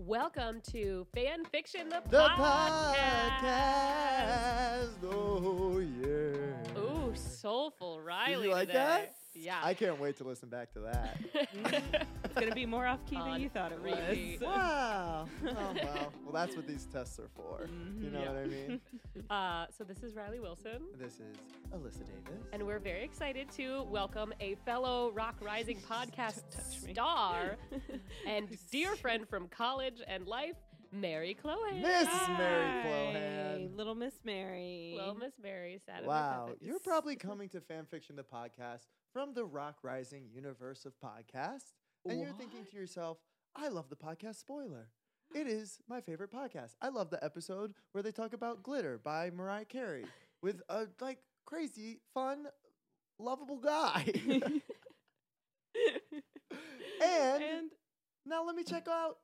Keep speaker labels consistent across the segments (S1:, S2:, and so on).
S1: Welcome to Fan Fiction the,
S2: The
S1: Podcast.
S2: podcast. Oh yeah.
S1: Ooh, soulful Riley.
S2: Did you like
S1: today.
S2: that?
S1: Yeah.
S2: I can't wait to listen back to that.
S3: It's gonna be more off key
S1: On
S3: than you thought it
S1: repeat.
S3: was.
S2: wow. Oh wow. Well, that's what these tests are for. You know
S3: Mm-hmm. Yeah.
S2: what I mean?
S1: uh, so this is Riley Wilson,
S2: This is Alyssa Davis.
S1: and we're very excited to welcome a fellow Rock Rising podcast
S3: touch me.
S1: star and dear friend from college and life, Mary Chloe.
S2: Miss
S3: Hi,
S2: Mary Flohan.
S3: Little Miss Mary.
S1: Well, Miss Mary, sad in the
S2: Wow,
S1: puppets.
S2: you're probably coming to Fanfiction the podcast from the rock rising universe of podcasts, and you're thinking to yourself, "I love the podcast spoiler. It is my favorite podcast. I love the episode where they talk about Glitter by Mariah Carey with a like crazy, fun, lovable guy." and,
S3: and uh,
S2: now let me check out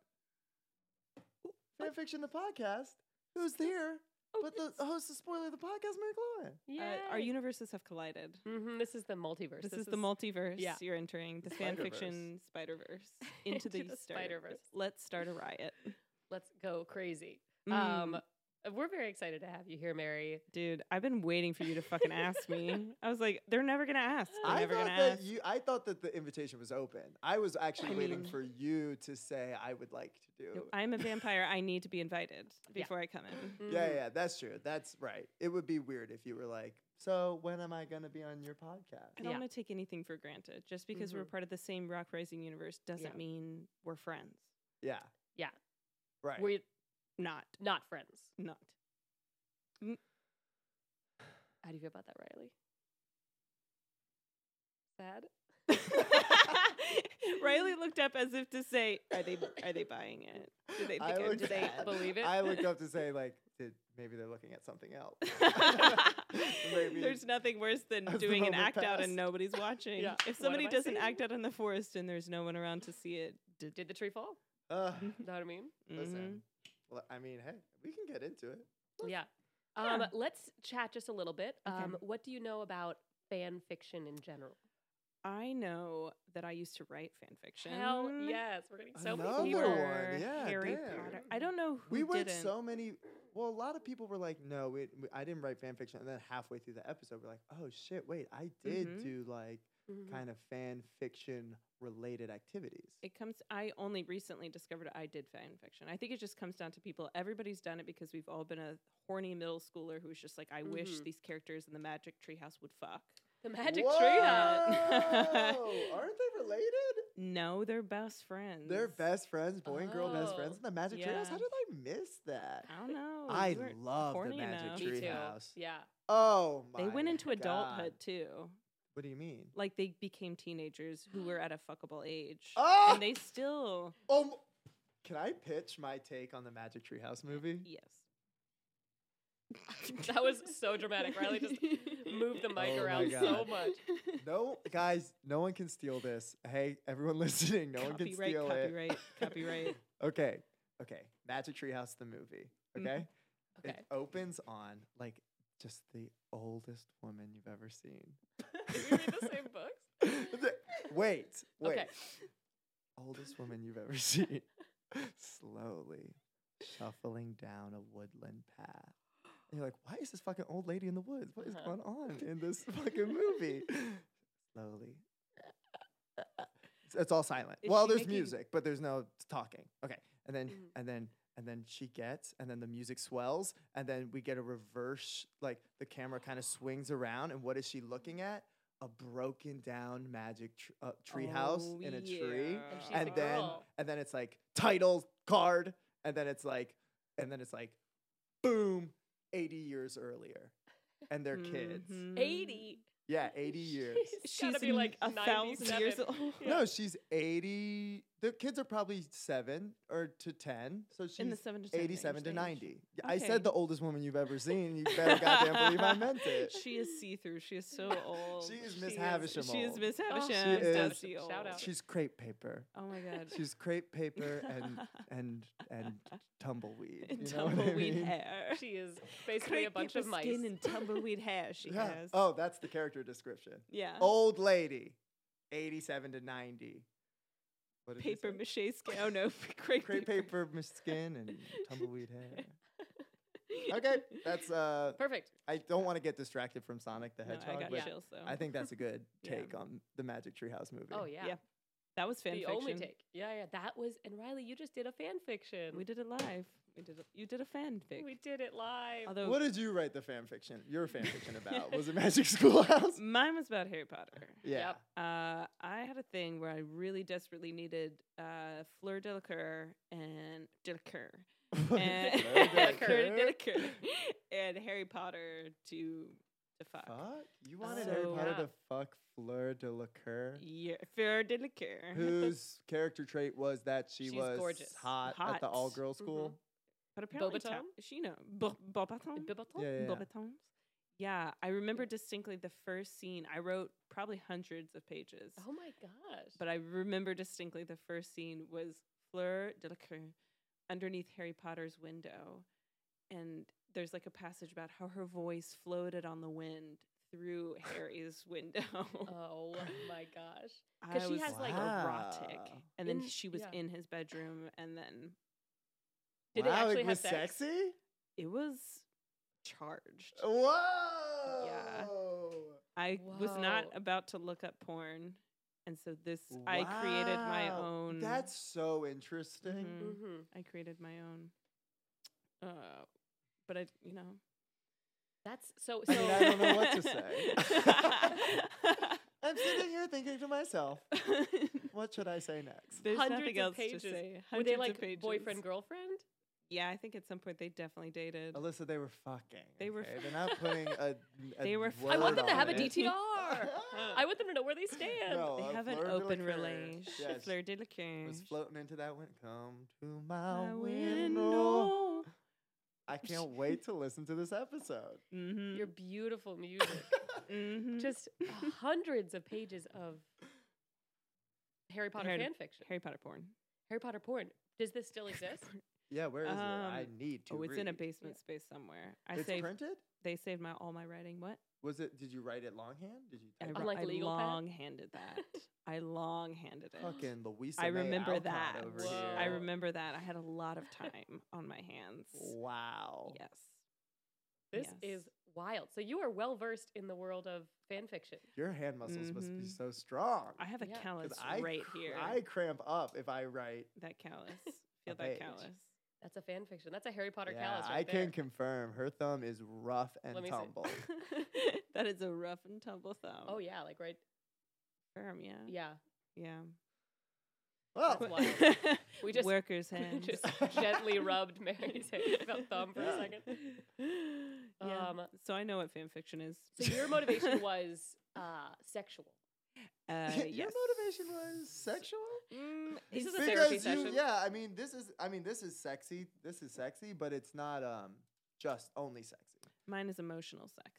S2: Fanfiction the podcast. Who's here? But the host of spoiler of the podcast, Mary Chloe.
S3: uh,
S1: Yeah.
S3: our universes have collided.
S1: Mhm, This is the multiverse.
S3: This, is, the multiverse.
S1: yeah.
S3: You're entering the fan fiction Spider Verse into,
S1: Into
S3: the,
S1: the
S3: Spider
S1: Spider-Verse.
S3: Verse. Let's start a riot,
S1: Let's go crazy.
S3: Mm.
S1: Um, we're very excited to have you here, Mary.
S3: dude. I've been waiting for you to fucking ask me. I was like, they're never gonna ask. They're
S2: I
S3: never
S2: thought
S3: gonna
S2: that
S3: ask.
S2: you. I thought that the invitation was open. I was actually
S3: I
S2: waiting
S3: mean-
S2: for you to say I would like to do.
S3: I'm a vampire. I need to be invited before I come in.
S1: Mm-hmm.
S2: yeah, yeah, that's true. That's right. It would be weird if you were like, "So when am I going to be on your podcast?"
S3: I don't
S1: Yeah.
S3: want to take anything for granted. Just because
S2: Mm-hmm.
S3: we're part of the same Rock Rising universe doesn't
S1: Yeah.
S3: mean we're friends.
S2: Yeah,
S1: Yeah.
S2: right.
S1: We're
S3: Not,
S1: not friends.
S3: not.
S1: How do you feel about that, Riley? Sad?
S3: Riley looked up as if to say, "Are they are they buying it? Do they think
S2: I
S3: I
S2: looked
S3: do they
S2: up-
S1: believe it?
S2: I looked up to say like, did, maybe they're looking at something else. Maybe-
S3: there's nothing worse than
S2: As the
S3: doing an
S2: moment
S3: act out
S2: passed.
S3: and nobody's watching.
S1: Yeah. What
S3: If somebody
S1: am I
S3: does
S1: seeing?
S3: an act out in the forest and there's no one around to see it, did,
S1: Did the tree fall?
S2: Ugh,
S1: Know what I mean?
S3: mm-hmm.
S2: listen. Well, I mean, hey, we can get into it.
S1: Yeah. Um,
S3: Yeah.
S1: Let's chat just a little bit.
S3: Okay.
S1: Um, What do you know about fan fiction in general?
S3: I know that I used to write fan fiction.
S1: Hell yes. We're getting so
S2: Another
S1: many
S3: We
S1: people.
S2: one.
S3: were
S2: yeah,
S3: Harry
S2: damn.
S3: Potter. I don't know who
S2: we read
S3: didn't.
S2: so many. Well, a lot of people were like, "No, we, we- I didn't write fan fiction." And then halfway through the episode, we're like, "Oh shit, wait, I did
S3: Mhm.
S2: do like
S1: Mhm.
S2: kind of fan fiction related activities."
S3: It comes. I only recently discovered I did fan fiction. I think it just comes down to people. Everybody's done it because we've all been a horny middle schooler who's just like, I wish
S1: Mm-hmm.
S3: these characters in the Magic Treehouse would fuck.
S1: The magic
S2: Whoa!
S1: tree hut.
S2: Aren't they related?
S3: No, they're best friends.
S2: They're best friends, boy and girl best
S1: Oh,
S2: friends in the Magic Tree House. How
S3: yeah.
S2: did I miss that?
S3: I don't know.
S2: I
S3: We weren't
S2: love the
S3: horny
S2: Magic
S3: enough.
S2: Tree.
S1: Me too.
S2: Treehouse.
S1: Yeah.
S2: Oh my!
S3: They went into
S2: God.
S3: adulthood too.
S2: What do you mean?
S3: Like they became teenagers who were at a fuckable age,
S2: Oh!
S3: and they still
S2: Um, can I pitch my take on the Magic Tree House movie?
S3: yes.
S1: That was so dramatic. Riley just moved the mic
S2: Oh my
S1: around so
S2: God.
S1: much.
S2: No, guys, no one can steal this. Hey, everyone listening, no one can
S3: copyright,
S2: steal it.
S3: copyright, copyright.
S2: Okay. Okay. Magic Tree House the movie.
S3: Mm,
S2: Okay?
S1: Okay.
S2: It opens on like just the oldest woman you've ever seen.
S1: Did we read the same books?
S2: The- wait, wait.
S1: Okay.
S2: Oldest woman you've ever seen. Slowly shuffling down a woodland path. And you're like, why is this fucking old lady in the woods? What is
S3: Uh-huh.
S2: going on in this fucking movie? Slowly. It's- It's all silent.
S3: Is
S2: well,
S3: she
S2: there's
S3: making- Mm-hmm.
S2: music, but there's no talking. Okay. And then and then and then she gets and then the music swells and then we get a reverse like the camera kind of swings around and what is she looking at? A broken down magic tr- uh, tree house
S3: Oh,
S2: in a tree.
S3: yeah.
S1: And she's a
S2: and then
S1: girl.
S2: and then it's like title card and then it's like and then it's like boom 80 years earlier. And they're kids.
S3: Mhm.
S1: 80.
S2: Yeah, 80 years.
S1: She's gotta be
S3: n-
S1: like
S3: a thousand years
S1: 97.
S3: old.
S2: No, she's 80. The kids are probably seven or to 10. So she's
S3: In the seven to 10
S2: 87
S3: range,
S2: to
S3: age.
S2: 90. Yeah, I
S3: Okay.
S2: said the oldest woman you've ever seen. You better goddamn believe I meant it.
S3: She is see through. She is so old.
S2: She is Miss Havisham
S3: She is
S2: old.
S3: Miss Havisham.
S2: She is-
S3: Dusty old.
S1: Oh, Shout out.
S2: She's crepe paper.
S3: Oh my god.
S2: She's crepe paper and and and tumbleweed.
S3: And
S2: you know what I
S3: tumbleweed
S2: mean?
S3: hair.
S1: She is basically a
S3: Crepe
S1: bunch
S3: paper
S1: of mice.
S3: Skin and tumbleweed hair. She
S2: Yeah.
S3: has. Uh-huh.
S2: Oh, that's the character description.
S3: yeah.
S2: Old lady, 87 to 90. What did you
S3: paper
S2: say?
S3: mache skin. Oh no, crepe,
S2: crepe paper mis- skin and tumbleweed hair. Okay, that's uh.
S1: Perfect.
S2: I don't want to get distracted from Sonic the
S3: No,
S2: Hedgehog,
S3: I got
S2: but
S1: Yeah.
S3: chills though.
S2: I think that's a good
S3: Yeah.
S2: take on the Magic Tree House movie.
S1: Oh yeah.
S3: Yeah, that was
S1: The
S3: fan
S1: only
S3: fiction.
S1: take. Yeah, yeah. That was and Riley, you just did a fan fiction.
S3: We did it live. We did. A, you did a fanfic.
S1: We did it live.
S3: Although
S2: What did you write the fan fiction? Your fan fiction about was it Magic Schoolhouse?
S3: mine was about Harry Potter.
S2: Yeah.
S1: Yep.
S3: Uh, I had a thing where I really desperately needed uh, Fleur Delacour and Delacour and
S2: Fleur de la
S1: Delacour.
S3: Fleur
S2: Coeur?
S3: Delacour and Harry Potter to to fuck.
S2: Fuck, you wanted Harry
S3: So-
S2: Potter
S1: Yeah.
S2: to fuck Fleur de la Coeur,
S3: Yeah, Fleur Delacour.
S2: whose character trait was that she
S1: She's
S2: was
S1: gorgeous.
S2: hot, at the
S3: Hot.
S2: all girl school.
S3: But apparently, Ta-
S1: Beaubaton?
S3: she know Beau- Beaubaton.
S1: Bibaton?
S2: Yeah, yeah, yeah.
S3: Beaubatons. Yeah, I remember distinctly the first scene. I wrote probably hundreds of pages,
S1: Oh my gosh.
S3: but I remember distinctly the first scene was Fleur Delacour underneath Harry Potter's window, and there's like a passage about how her voice floated on the wind through Harry's window.
S1: oh my gosh.
S3: I
S1: 'cause she
S3: was
S1: has, like-
S3: erotic,
S2: Wow.
S3: and then
S1: In-
S3: she was
S1: yeah.
S3: in his bedroom, and then
S1: Did they
S2: wow,
S1: actually
S2: it
S1: have
S2: was
S1: sex?
S2: sexy.
S3: it was charged.
S2: Whoa.
S3: I was not
S1: Whoa.
S3: about to look up porn, and so this I created my
S2: Wow,
S3: own.
S2: That's so interesting.
S3: Mhm.
S1: Mm-hmm.
S3: I created my own. Uh, but I, you know,
S1: That's so
S2: I
S1: so
S2: mean, I don't know what to say. I'm sitting here thinking to myself, what should I say next?
S3: There's
S1: Hundreds
S3: nothing
S1: of
S3: else
S1: pages.
S3: to say.
S1: were they
S3: Hundreds of
S1: like
S3: pages.
S1: boyfriend girlfriend?
S3: Yeah, I think at some point they definitely dated.
S2: Alyssa, they were fucking.
S3: They were
S2: okay?
S3: fu-
S2: They're not putting a. a
S3: They were
S2: Word
S1: I want them to
S2: on
S1: have a
S2: it.
S1: DTR. I want them to know where they stand.
S2: No,
S3: They
S2: a
S3: have an
S2: Fleur de la
S3: open
S2: Coeur.
S3: relation.
S2: Yes,
S3: Fleur de la
S2: was
S3: Coeur.
S2: floating into that window. Come to my,
S3: My oh.
S2: window.
S3: window.
S2: I can't wait to listen to this episode.
S3: Mm-hmm.
S1: Your beautiful music.
S3: mm-hmm.
S1: Just hundreds of pages of Harry Potter
S3: Harry-
S1: fan fiction.
S3: Harry Potter porn.
S1: Harry Potter porn. Does this still exist?
S2: Yeah, where is it? I
S3: Um,
S2: need to.
S3: Oh, it's in a
S2: read.
S3: basement space somewhere. I
S2: It's
S3: saved.
S2: printed.
S3: They saved my all my writing. What?
S2: Was it? Did you write it longhand? Did you?
S3: I,
S2: type
S3: wr-
S2: it?
S1: like
S3: I
S1: legal pad?
S3: long-handed that. I long-handed it.
S2: Fucking Louisa.
S3: I
S2: May
S3: remember
S2: Alcott
S3: that.
S2: Over
S1: Whoa.
S2: here.
S3: I remember that. I had a lot of time on my hands.
S2: Wow.
S3: Yes.
S1: This
S3: Yes.
S1: is wild. So you are well versed in the world of fan fiction.
S2: Your hand muscles must be
S3: Mhm.
S2: so strong.
S3: I have a
S1: Yeah. 'Cause
S3: callus
S2: 'Cause I
S3: right
S2: cr-
S3: here.
S2: I cramp up if I write.
S3: That callus.
S2: A
S3: Feel that
S2: page.
S3: callus.
S1: That's a fan fiction. That's a Harry Potter
S2: Yeah,
S1: callus. Right
S2: I
S1: there.
S2: can confirm her thumb is rough and
S1: Let me see.
S2: tumble.
S3: that is a rough and tumble thumb.
S1: Oh yeah, like right.
S3: Firm, yeah.
S1: Yeah,
S3: Yeah.
S2: well,
S1: That's wild. we just
S3: Workers'
S1: we
S3: hands.
S1: just gently rubbed Mary's hand- thumb for a second.
S3: Yeah.
S1: Um,
S3: so I know what fan fiction is.
S1: So your motivation was uh, sexual.
S3: Uh,
S2: your
S3: yes.
S2: motivation was sexual.
S3: Mm,
S1: This is
S3: it's-
S1: a therapy
S2: Because you-
S1: session.
S2: yeah, I mean this is I mean this is sexy. This is sexy, but it's not um just only sexy.
S3: mine is emotional sex.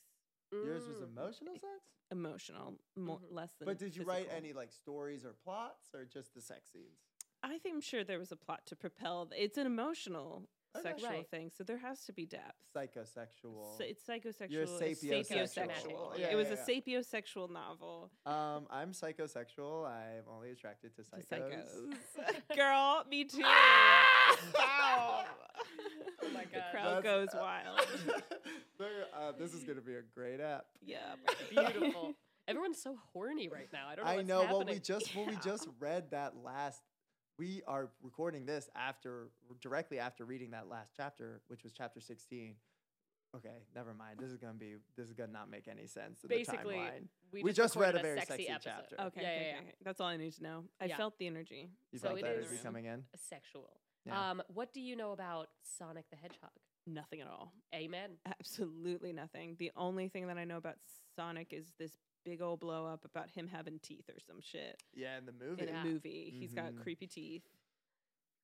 S2: Yours was
S1: Mm.
S2: emotional sex.
S3: Emotional, more,
S1: Mhm.
S3: less than.
S2: But did you write
S3: physical.
S2: any like stories or plots or just the sex scenes?
S3: I think I'm sure there was a plot to propel. th- It's an emotional
S2: Okay.
S3: sexual
S1: Right.
S3: thing, so there has to be depth.
S2: Psychosexual.
S3: So it's psychosexual.
S2: You're
S3: it's
S2: sapiosexual.
S3: sapiosexual.
S1: Yeah,
S3: it was
S2: yeah,
S3: a sapiosexual novel.
S2: um, I'm psychosexual. I'm only attracted to
S3: To
S2: psychos.
S1: Mm.
S3: psychos. Girl, me too.
S2: Ah!
S1: Oh my
S3: The
S1: God.
S3: crowd
S2: That's- uh,
S3: goes wild.
S2: There- uh, this is gonna be a great app.
S3: yeah.
S1: Beautiful. Everyone's so horny right now. I don't know.
S2: I
S1: what's
S2: know. Well,
S1: Happening.
S2: we just well, we
S3: Yeah.
S2: just read that last. We are recording this after directly after reading that last chapter, which was chapter sixteen. Okay, never mind. This is gonna be. This is gonna not make any sense. in
S1: Basically,
S2: the timeline.
S1: we,
S2: we just read
S1: recorded
S2: a very
S1: sexy,
S2: sexy
S1: episode.
S2: chapter.
S3: Okay,
S1: Yeah,
S3: okay,
S1: yeah, yeah.
S3: okay. That's all I need to know. I
S1: Yeah.
S3: felt the energy.
S2: you
S1: so
S2: felt
S1: it
S2: that
S1: is-
S2: energy coming in.
S1: Sexual.
S2: Yeah.
S1: Um, what do you know about Sonic the Hedgehog?
S3: Nothing at all.
S1: Amen.
S3: Absolutely nothing. The only thing that I know about Sonic is this big old blow up about him having teeth or some shit
S2: Yeah, in the
S3: in
S2: movie,
S1: Yeah.
S3: a movie. He's got
S2: Mhm.
S3: creepy teeth.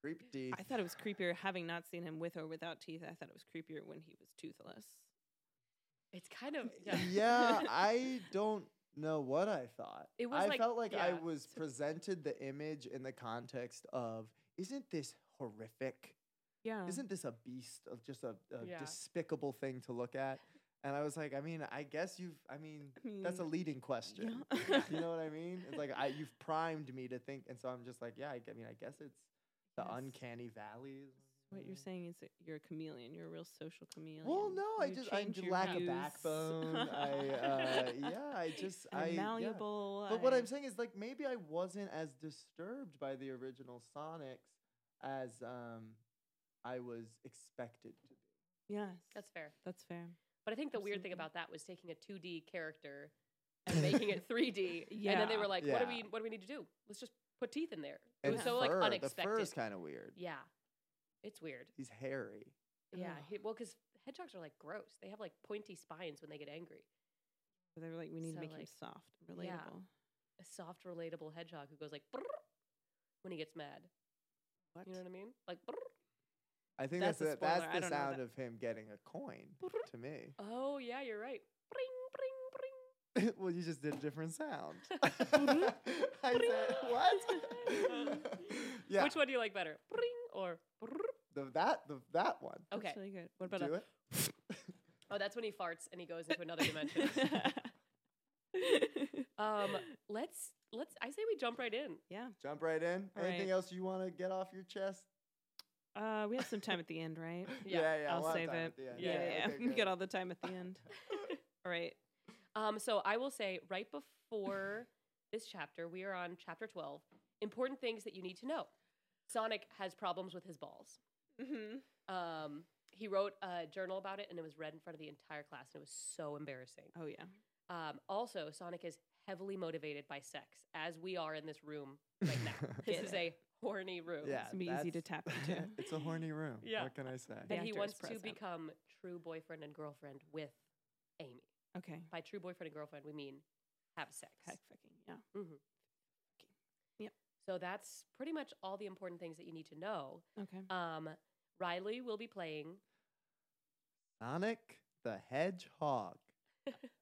S2: creepy teeth.
S3: I thought it was creepier having not seen him with or without teeth. I thought it was creepier when he was toothless.
S1: It's kind of yeah.
S2: Yeah. I don't know what I thought.
S1: It was
S2: I
S1: like-
S2: felt like I
S1: yeah.
S2: was presented the image in the context of, isn't this horrific?
S3: Yeah. Uh-huh.
S2: Isn't this a beast of just a, a
S1: Yeah.
S2: despicable thing to look at? And I was like, I mean, I guess you've, I mean,
S3: I mean,
S2: that's a leading question.
S3: Mm. yeah.
S2: you know what I mean? It's like I, you've primed me to think, and so I'm just like, yeah. I, g- I mean, I guess it's the
S3: Yes.
S2: uncanny valley.
S3: What you're saying is that you're a chameleon. You're a real social chameleon.
S2: Well, no, I
S3: You
S2: just I
S3: change
S2: j-
S3: your
S2: lack
S3: views.
S2: a backbone. I uh, yeah, I just
S3: You're
S2: I yeah.
S3: malleable.
S2: But what
S3: I-
S2: I'm saying is like maybe I wasn't as disturbed by the original Sonics as um I was expected to be.
S3: yes,
S1: That's fair.
S3: that's fair.
S1: But I think the weird thing about
S3: Absolutely.
S1: that was taking a 2D character and making it 3D. And then they
S3: Yeah.
S1: were like, what do
S2: Yeah.
S1: we what do we need to do? Let's just put teeth in there. It
S2: And
S1: was so like
S2: fur,
S1: unexpected.
S2: The fur is kind of weird.
S1: yeah. It's weird.
S2: He's hairy.
S1: Yeah.
S3: Ugh.
S1: He, well, because hedgehogs are like gross. They have like pointy spines when they get angry.
S3: So they were like, we need
S1: So,
S3: to make him
S1: like,
S3: soft, and relatable.
S1: yeah. A soft, relatable hedgehog who goes like "Brrr," when he gets mad.
S3: What?
S1: You know what I mean? Like, "Brrr."
S2: I think that's the,
S3: That's a spoiler,
S2: that's
S3: I
S2: the
S3: don't know
S2: sound
S3: that.
S2: of him getting a coin to me.
S1: oh yeah, you're right. Bring,
S2: well, you just did a different sound. I
S1: Mhm.
S2: said what?
S1: bring.
S2: yeah,
S1: Which one do you like better? Bring or brrr?
S2: the, that the, that one.
S3: That's
S1: Okay.
S3: really good. What about
S2: Do
S3: a-
S2: it.
S1: Oh, that's when he farts and he goes into another dimension. um, let's let's. I say we jump right in.
S3: yeah.
S2: Jump right in.
S3: All
S2: Anything
S3: right.
S2: else you want to get off your chest?
S3: Uh, we have some time at the end, right?
S1: Yeah,
S2: a
S3: I'll
S2: lot of
S3: save
S2: time
S3: it.
S2: at the end.
S3: Yeah, yeah.
S2: okay,
S3: We
S2: good.
S3: Get all the time at the end. all right.
S1: Um, so I will say right before this chapter, we are on chapter twelve. Important things that you need to know. Sonic has problems with his balls.
S3: Mm-hmm.
S1: Um, he wrote a journal about it, and it was read in front of the entire class, and it was so embarrassing.
S3: Oh yeah.
S1: Um, also, Sonic is heavily motivated by sex, as we are in this room right now. this
S3: Get
S1: is
S3: it.
S1: a horny room.
S2: Yeah,
S3: It's gonna be easy to
S2: that's-
S3: tap into.
S2: it's a horny room.
S1: Yeah.
S2: What can I say?
S3: The
S1: And he
S3: actor is
S1: wants to
S3: present.
S1: become true boyfriend and girlfriend with Amy.
S3: Okay.
S1: By true boyfriend and girlfriend, we mean have sex.
S3: Heck, fucking yeah.
S1: Mhm.
S3: Yep.
S1: So that's pretty much all the important things that you need to know.
S3: Okay.
S1: Um, Riley will be playing.
S2: Sonic the Hedgehog.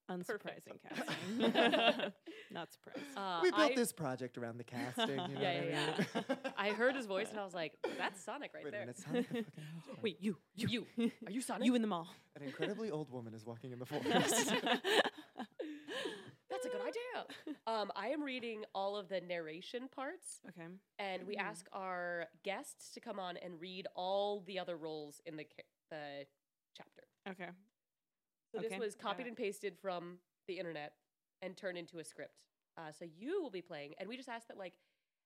S3: Unsurprising
S1: Perfect.
S3: casting. Not surprised.
S1: Uh,
S2: we built
S1: I,
S2: this project around the casting. You know what
S1: Yeah, yeah,
S2: I mean?
S1: I heard his voice and I was like, that's Sonic right
S2: Wait
S1: there.
S2: a minute, Sonic the fucking Hedgehog.
S3: Wait, you, you,
S1: Are you Sonic?
S3: you in the mall.
S2: An incredibly old woman is walking in the forest.
S1: that's
S3: That's
S1: a good idea. Um, I am reading all of the narration parts,
S3: Okay.
S1: and we
S3: Mhm.
S1: ask our guests to come on and read all the other roles in the ca- the chapter.
S3: Okay.
S1: So
S3: Okay,
S1: this was
S3: got
S1: copied
S3: it.
S1: and pasted from the internet and turned into a script. Uh, so you will be playing, and we just ask that like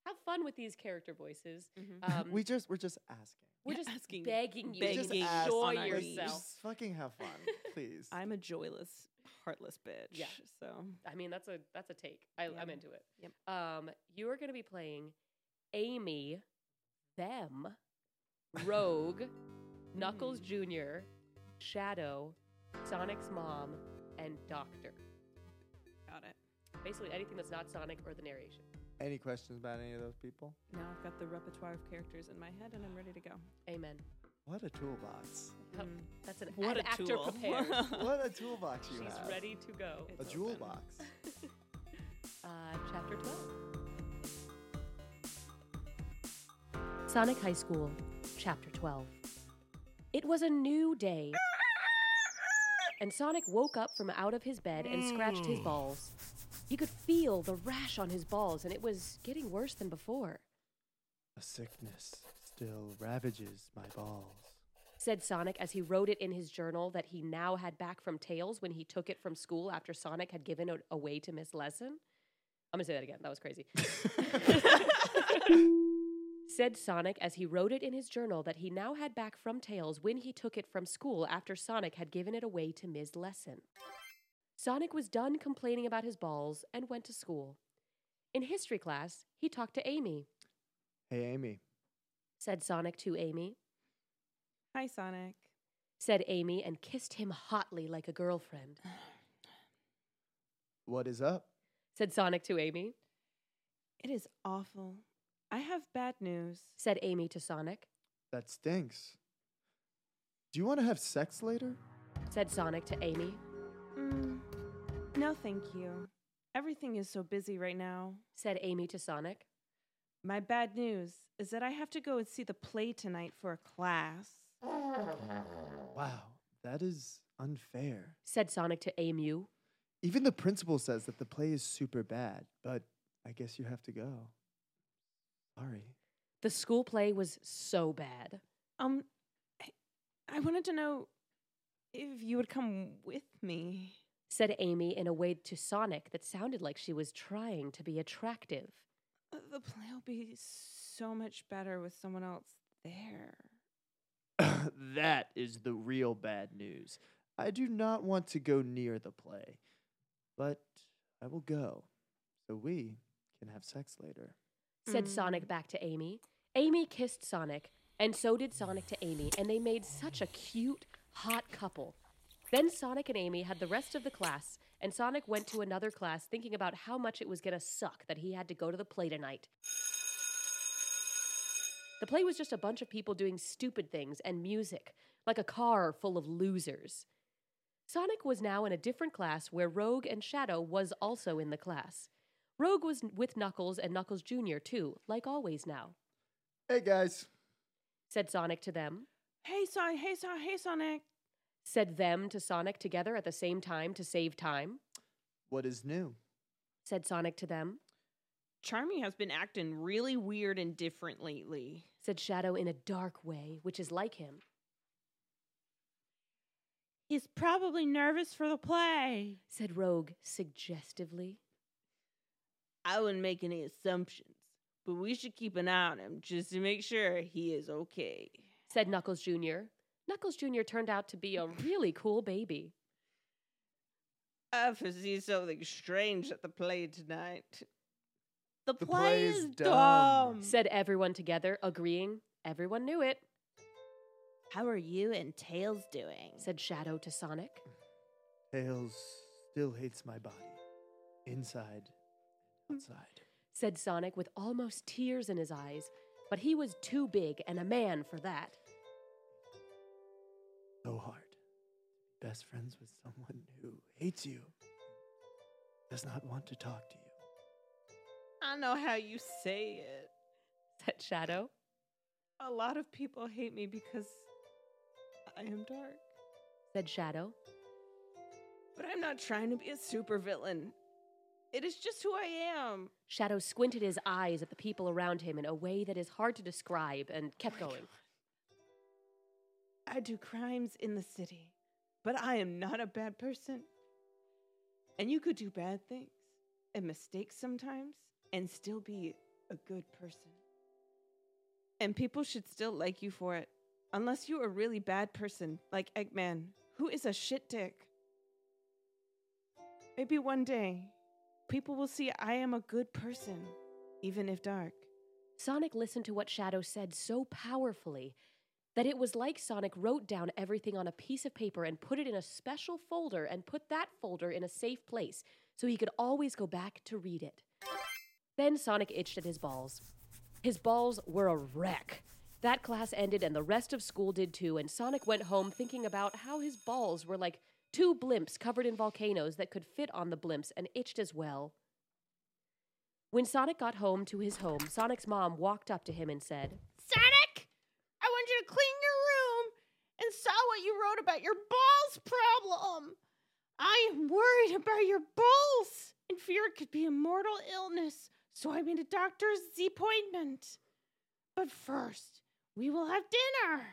S1: have fun with these character voices.
S3: Mhm.
S1: Um,
S2: we just we're just asking.
S1: we're
S3: Yeah,
S1: just
S3: asking-
S1: begging you
S2: We
S1: to
S2: just
S3: begging you
S2: ask,
S1: enjoy
S3: on
S2: like,
S3: our knees.
S1: yourself.
S2: Just fucking have fun, please.
S3: I'm a joyless, heartless bitch.
S1: Yeah.
S3: So
S1: I mean, that's a that's a take. I,
S3: Yeah.
S1: I'm into it.
S3: Yep.
S1: Um, you are going to be playing Amy, them, Rogue, Knuckles
S3: Mm-hmm.
S1: Jr., Shadow, Sonic's mom, and Doctor.
S3: got it.
S1: Basically, anything that's not Sonic or the narration.
S2: Any questions about any of those people?
S3: Now I've got the repertoire of characters in my head, and I'm ready to go.
S1: Amen.
S2: What a toolbox.
S1: Yep. That's an,
S3: What
S1: an
S3: a
S1: actor
S3: tool.
S1: prepared.
S2: What a toolbox you
S1: She's
S2: have.
S1: ready to go.
S2: A
S3: It's
S2: jewel
S3: open.
S2: box.
S1: Uh, chapter 12. Sonic High School, Chapter 12. It was a new day. And Sonic woke up from out of his bed and scratched
S2: Mm.
S1: his balls. You could feel the rash on his balls, and it was getting worse than before,
S2: A sickness still ravages my balls.
S1: said Sonic as he wrote it in his journal that he now had back from Tails when he took it from school after Sonic had given it away to Miss Lesson. I'm gonna say that again. That was crazy. Said Sonic as he wrote it in his journal that he now had back from Tails when he took it from school after Sonic had given it away to Ms. Lesson. Sonic was done complaining about his balls and went to school. In history class, he talked to Amy,
S2: Hey, Amy.
S1: said Sonic to Amy,
S3: Hi, Sonic.
S1: said Amy, and kissed him hotly like a girlfriend,
S2: What is up?
S1: said Sonic to Amy,
S3: It is awful. I have bad news.
S1: said Amy to Sonic,
S2: That stinks. Do you want to have sex later?
S1: said Sonic to Amy,
S3: Mm, no, thank you. Everything is so busy right now.
S1: said Amy to Sonic,
S3: My bad news is that I have to go and see the play tonight for a class.
S2: Wow, that is unfair.
S1: said Sonic to Emu.
S2: Even the principal says that the play is super bad, but I guess you have to go. Sorry.
S1: The school play was so bad.
S3: Um, I, I wanted to know if you would come with me.
S1: said Amy in a way to Sonic that sounded like she was trying to be attractive.
S3: Uh, The play will be so much better with someone else there.
S2: that is the real bad news. I do not want to go near the play, but I will go so we can have sex later.
S1: said
S3: Mm.
S1: Sonic back to Amy. Amy kissed Sonic, and so did Sonic to Amy, and they made such a cute, hot couple. Then Sonic and Amy had the rest of the class, and Sonic went to another class thinking about how much it was going to suck that he had to go to the play tonight. The play was just a bunch of people doing stupid things and music, like a car full of losers. Sonic was now in a different class where Rogue and Shadow was also in the class. Rogue was n- with Knuckles and Knuckles Jr., too, like always now,
S2: Hey guys.
S1: said Sonic to them,
S3: Hey, Sonic! Hey, Sonic! Hey, Sonic!
S1: said them to Sonic together at the same time to save time,
S2: What is new?
S1: said Sonic to them,
S3: Charmy has been acting really weird and different lately.
S1: said Shadow in a dark way, which is like him,
S3: He's probably nervous for the play.
S1: said Rogue suggestively,
S3: I wouldn't make any assumptions, but we should keep an eye on him just to make sure he is okay.
S1: said Knuckles Jr. Knuckles Jr. turned out to be a really cool baby,
S3: I foresee something strange at the play tonight. The,
S2: The
S3: play,
S2: play
S3: is
S2: is
S3: dumb.
S2: dumb.
S1: said everyone together, agreeing. Everyone knew it,
S3: How are you and Tails doing?
S1: said Shadow to Sonic,
S2: Tails still hates my body, inside, outside.
S1: said Sonic with almost tears in his eyes, but he was too big and a man for that.
S2: so hard. Best friends with someone who hates you, does not want to talk to you.
S3: I know how you say it.
S1: said Shadow,
S3: A lot of people hate me because I am dark.
S1: said Shadow,
S3: But I'm not trying to be a supervillain. It is just who I am.
S1: Shadow squinted his eyes at the people around him in a way that is hard to describe and kept going.
S3: I do crimes in the city, but I am not a bad person. And you could do bad things and mistakes sometimes and still be a good person. And people should still like you for it, unless you're a really bad person like Eggman, who is a shit dick. Maybe one day, people will see I am a good person, even if dark.
S1: Sonic listened to what Shadow said so powerfully that it was like Sonic wrote down everything on a piece of paper and put it in a special folder and put that folder in a safe place so he could always go back to read it. Then Sonic itched at his balls. His balls were a wreck. That class ended and the rest of school did too, and Sonic went home thinking about how his balls were like two blimps covered in volcanoes that could fit on the blimps and itched as well. When Sonic got home to his home, Sonic's mom walked up to him and said,
S3: Sonic, I want you to clean your room and saw what you wrote about your balls problem. I am worried about your balls and fear it could be a mortal illness, so I made a doctor's appointment. But first, we will have dinner.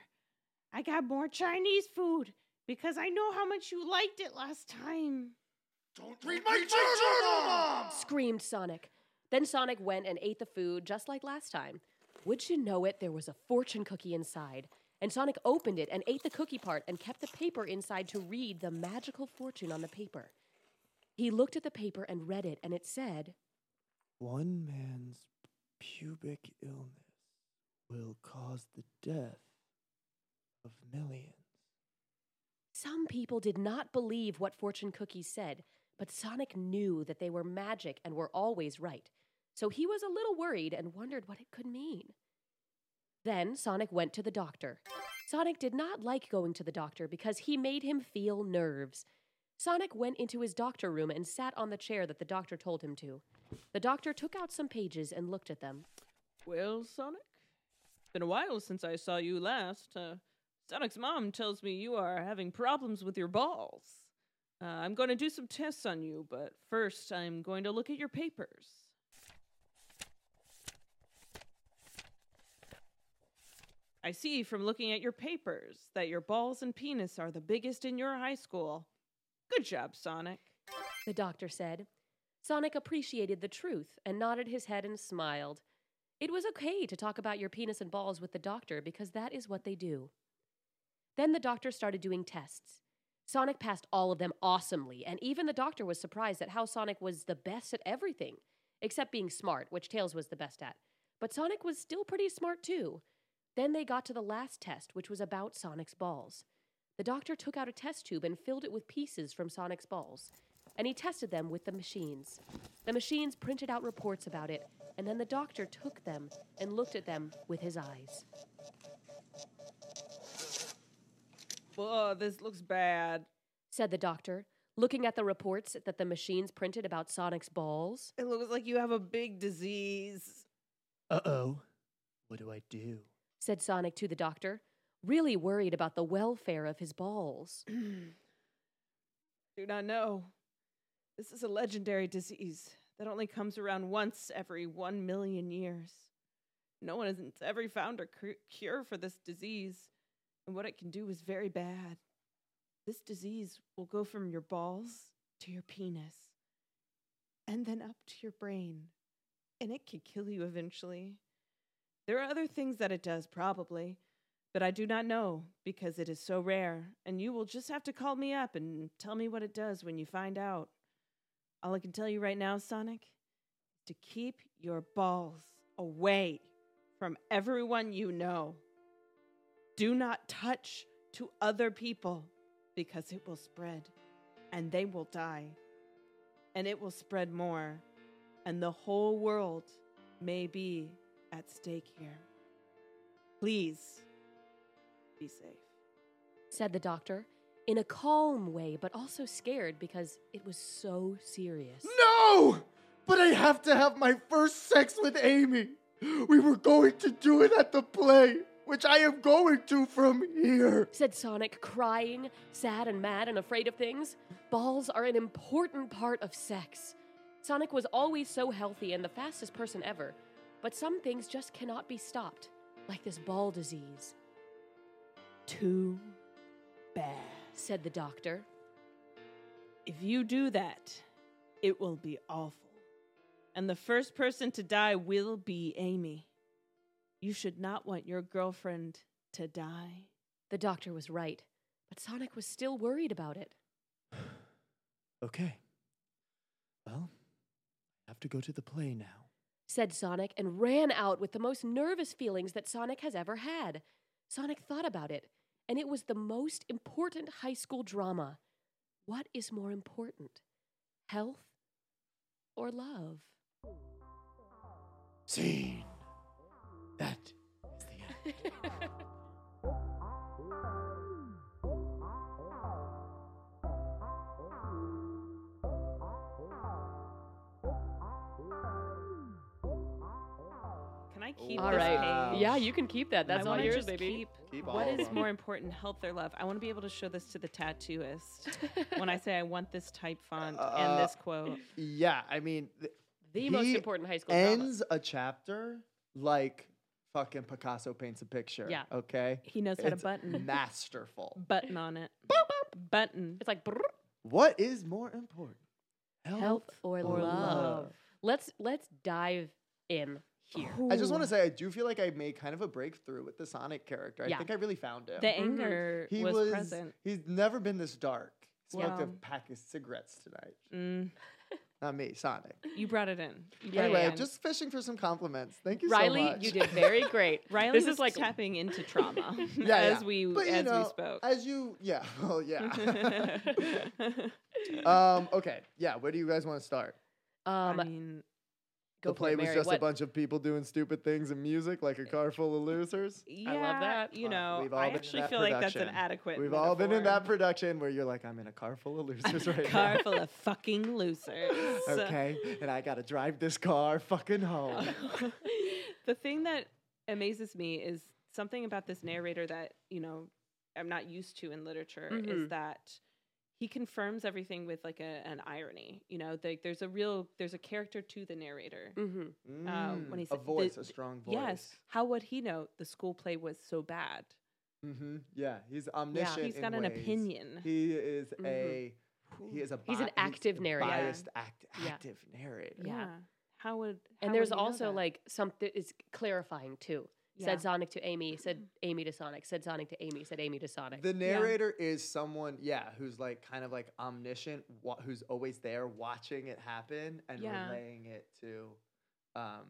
S3: I got more Chinese food because I know how much you liked it last time.
S4: Don't read my journal, Mom!
S1: screamed Sonic. Then Sonic went and ate the food just like last time. Would you know it, there was a fortune cookie inside. And Sonic opened it and ate the cookie part and kept the paper inside to read the magical fortune on the paper. He looked at the paper and read it, and it said,
S2: One man's pubic illness will cause the death of millions.
S1: Some people did not believe what fortune cookies said, but Sonic knew that they were magic and were always right. So he was a little worried and wondered what it could mean. Then Sonic went to the doctor. Sonic did not like going to the doctor because he made him feel nerves. Sonic went into his doctor room and sat on the chair that the doctor told him to. The doctor took out some pages and looked at them.
S3: Well, Sonic, it's been a while since I saw you last. Uh, Sonic's mom tells me you are having problems with your balls. Uh, I'm going to do some tests on you, but first I'm going to look at your papers. I see from looking at your papers that your balls and penis are the biggest in your high school. Good job, Sonic.
S1: the doctor said. Sonic appreciated the truth and nodded his head and smiled. It was okay to talk about your penis and balls with the doctor because that is what they do. Then the doctor started doing tests. Sonic passed all of them awesomely, and even the doctor was surprised at how Sonic was the best at everything, except being smart, which Tails was the best at. But Sonic was still pretty smart too. Then they got to the last test, which was about Sonic's balls. The doctor took out a test tube and filled it with pieces from Sonic's balls, and he tested them with the machines. The machines printed out reports about it, and then the doctor took them and looked at them with his eyes.
S3: Oh, this looks bad.
S1: Said the doctor, looking at the reports that the machines printed about Sonic's balls.
S3: It looks like you have a big disease.
S2: Uh oh. What do I do?
S1: Said Sonic to the doctor, really worried about the welfare of his balls.
S3: Do not know. This is a legendary disease that only comes around once every one million years. No one has ever found a cr- cure for this disease, and what it can do is very bad. This disease will go from your balls to your penis, and then up to your brain, and it can kill you eventually. There are other things that it does, probably, but I do not know because it is so rare, and you will just have to call me up and tell me what it does when you find out. All I can tell you right now, Sonic, is to keep your balls away from everyone you know. Do not touch to other people because it will spread and they will die. And it will spread more, and the whole world may be at stake here. Please be safe.
S1: Said the doctor, in a calm way, but also scared because it was so serious.
S2: No! But I have to have my first sex with Amy. We were going to do it at the play, which I am going to from here.
S1: said Sonic, crying, sad and mad and afraid of things. Balls are an important part of sex. Sonic was always so healthy and the fastest person ever, but some things just cannot be stopped, like this ball disease,
S3: Too bad.
S1: said the doctor.
S3: If you do that, it will be awful. And the first person to die will be Amy. You should not want your girlfriend to die.
S1: The doctor was right, but Sonic was still worried about it.
S2: Okay. Well, I have to go to the play now.
S1: said Sonic and ran out with the most nervous feelings that Sonic has ever had. Sonic thought about it, and it was the most important high school drama. What is more important, health or love?
S2: Scene. That is the end.
S3: Can I keep
S1: all
S3: this
S1: right.
S3: page?
S1: Yeah, you can keep that. That's
S3: I
S1: all
S3: wanna
S1: yours,
S3: just
S1: baby.
S3: keep-
S2: Keep
S3: what
S2: all of
S3: is
S2: them.
S3: more important, health or love? I want to be able to show this to the tattooist when I say I want this type font
S2: Uh,
S3: and this quote.
S2: Yeah, I mean, th-
S1: the
S2: He
S1: most important high school drama.
S2: ends a chapter like fucking Picasso paints a picture.
S1: Yeah.
S2: Okay.
S3: He knows how to
S2: It's
S3: button.
S2: Masterful.
S3: button on it. Button.
S1: It's like brrr,
S2: What is more important?
S1: health or,
S2: or
S1: love.
S2: love.
S1: Let's let's dive in here.
S2: I just want to say, I do feel like I made kind of a breakthrough with the Sonic character. I
S1: Yeah.
S2: think I really found him.
S3: The anger
S2: Mm-hmm. he
S3: was, present.
S2: He's never been this dark. Smoked
S3: Wow.
S2: a pack of cigarettes tonight.
S3: Mm,
S2: Not me, Sonic.
S3: you brought it in. You brought it
S2: Anyway,
S3: in.
S2: just fishing for some compliments. Thank you
S1: Riley,
S2: so much.
S1: you did very great.
S3: Riley
S1: this
S3: was
S1: is like
S3: tapping into trauma
S2: Yeah,
S3: as
S2: yeah.
S3: we
S2: But, you
S3: as we
S2: know,
S3: spoke.
S2: As you, yeah, well, yeah. um, okay, yeah. Where do you guys want to start?
S1: um
S3: I mean,
S1: go for
S2: the play
S1: it,
S2: was
S1: Mary.
S2: just
S1: What-
S2: a bunch of people doing stupid things and music, like a car full of losers.
S3: yeah,
S1: that.
S3: You
S2: Uh,
S3: know,
S2: we've all
S3: I
S2: been in
S3: actually
S2: that
S3: feel like that's an
S2: production.
S3: adequate.
S2: We've all been in that
S3: metaphor.
S2: production where you're like, I'm in a car full of losers right
S3: car full of fucking losers.
S2: now. okay, and I gotta drive this car fucking home.
S3: Uh, the thing that amazes me is something about this narrator that you know I'm not used to in literature
S1: Mhm.
S2: Mm-hmm.
S3: is that he confirms everything with like a, an irony. You know, like there's a real there's a character to the narrator.
S2: Mm.
S1: Mm-hmm.
S3: when he
S2: a
S3: said the-
S2: voice, a strong voice.
S3: Yes. How would he know the school play was so bad?
S2: hmm Yeah, he's omniscient.
S3: He's got
S2: in
S3: an
S2: ways.
S3: opinion. Mm-hmm.
S2: He is
S1: Mhm.
S2: a he is a
S1: He's an
S2: bi-
S1: active
S2: a
S1: narrator.
S3: Yeah.
S2: biased act,
S1: Yeah.
S2: active narrator.
S1: Yeah.
S3: How would how
S1: And there's
S3: would he know
S1: also
S3: that?
S1: like something is clarifying too.
S3: Yeah. Mm-hmm.
S1: Said Sonic to Amy, said Amy to Sonic, said Sonic to Amy, said Amy to Sonic.
S2: The narrator is someone, yeah, who's like kind of like omniscient, wa- who's always there watching it happen and
S3: Yeah.
S2: relaying it to um,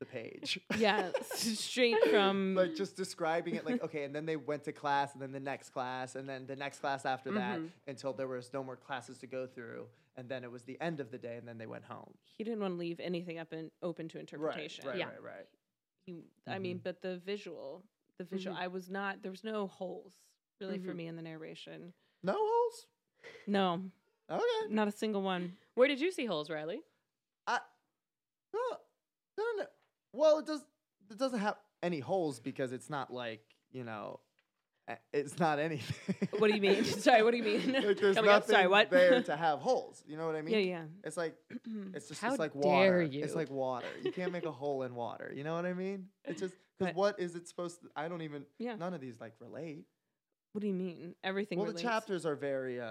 S2: the page.
S3: yeah, s- straight from
S2: like just describing it like okay and then they went to class and then the next class and then the next class after that
S1: Mhm.
S3: Mm-hmm.
S2: until there was no more classes to go through and then it was the end of the day and then they went home
S3: he didn't want to leave anything up and open to interpretation.
S2: right
S1: Yeah.
S2: right right
S3: He, I mean,
S2: Mm-hmm.
S3: but the visual, the visual, I was not. There was no holes really for
S2: Mm-hmm.
S1: Mhm.
S3: me in the narration.
S2: no holes
S3: No,
S2: okay
S3: not a single one.
S1: Where did you see holes, Riley?
S2: no, no, no. well it does it doesn't have any holes because it's not like you know a- it's not anything
S3: What do you mean? Sorry, what do you mean?
S2: like there's
S3: Coming up,
S2: nothing
S3: sorry, what?
S2: there to have holes you know what i mean
S3: yeah, yeah.
S2: it's like It's just
S1: How
S2: it's like
S1: dare
S2: water.
S1: you.
S2: It's like water. You can't make a hole in water. You know what I mean? It's just because
S3: But-
S2: what is it supposed? to... I don't even.
S3: Yeah.
S2: None of these like relate.
S3: what do you mean? Everything.
S2: Well,
S3: relates.
S2: the chapters are very. um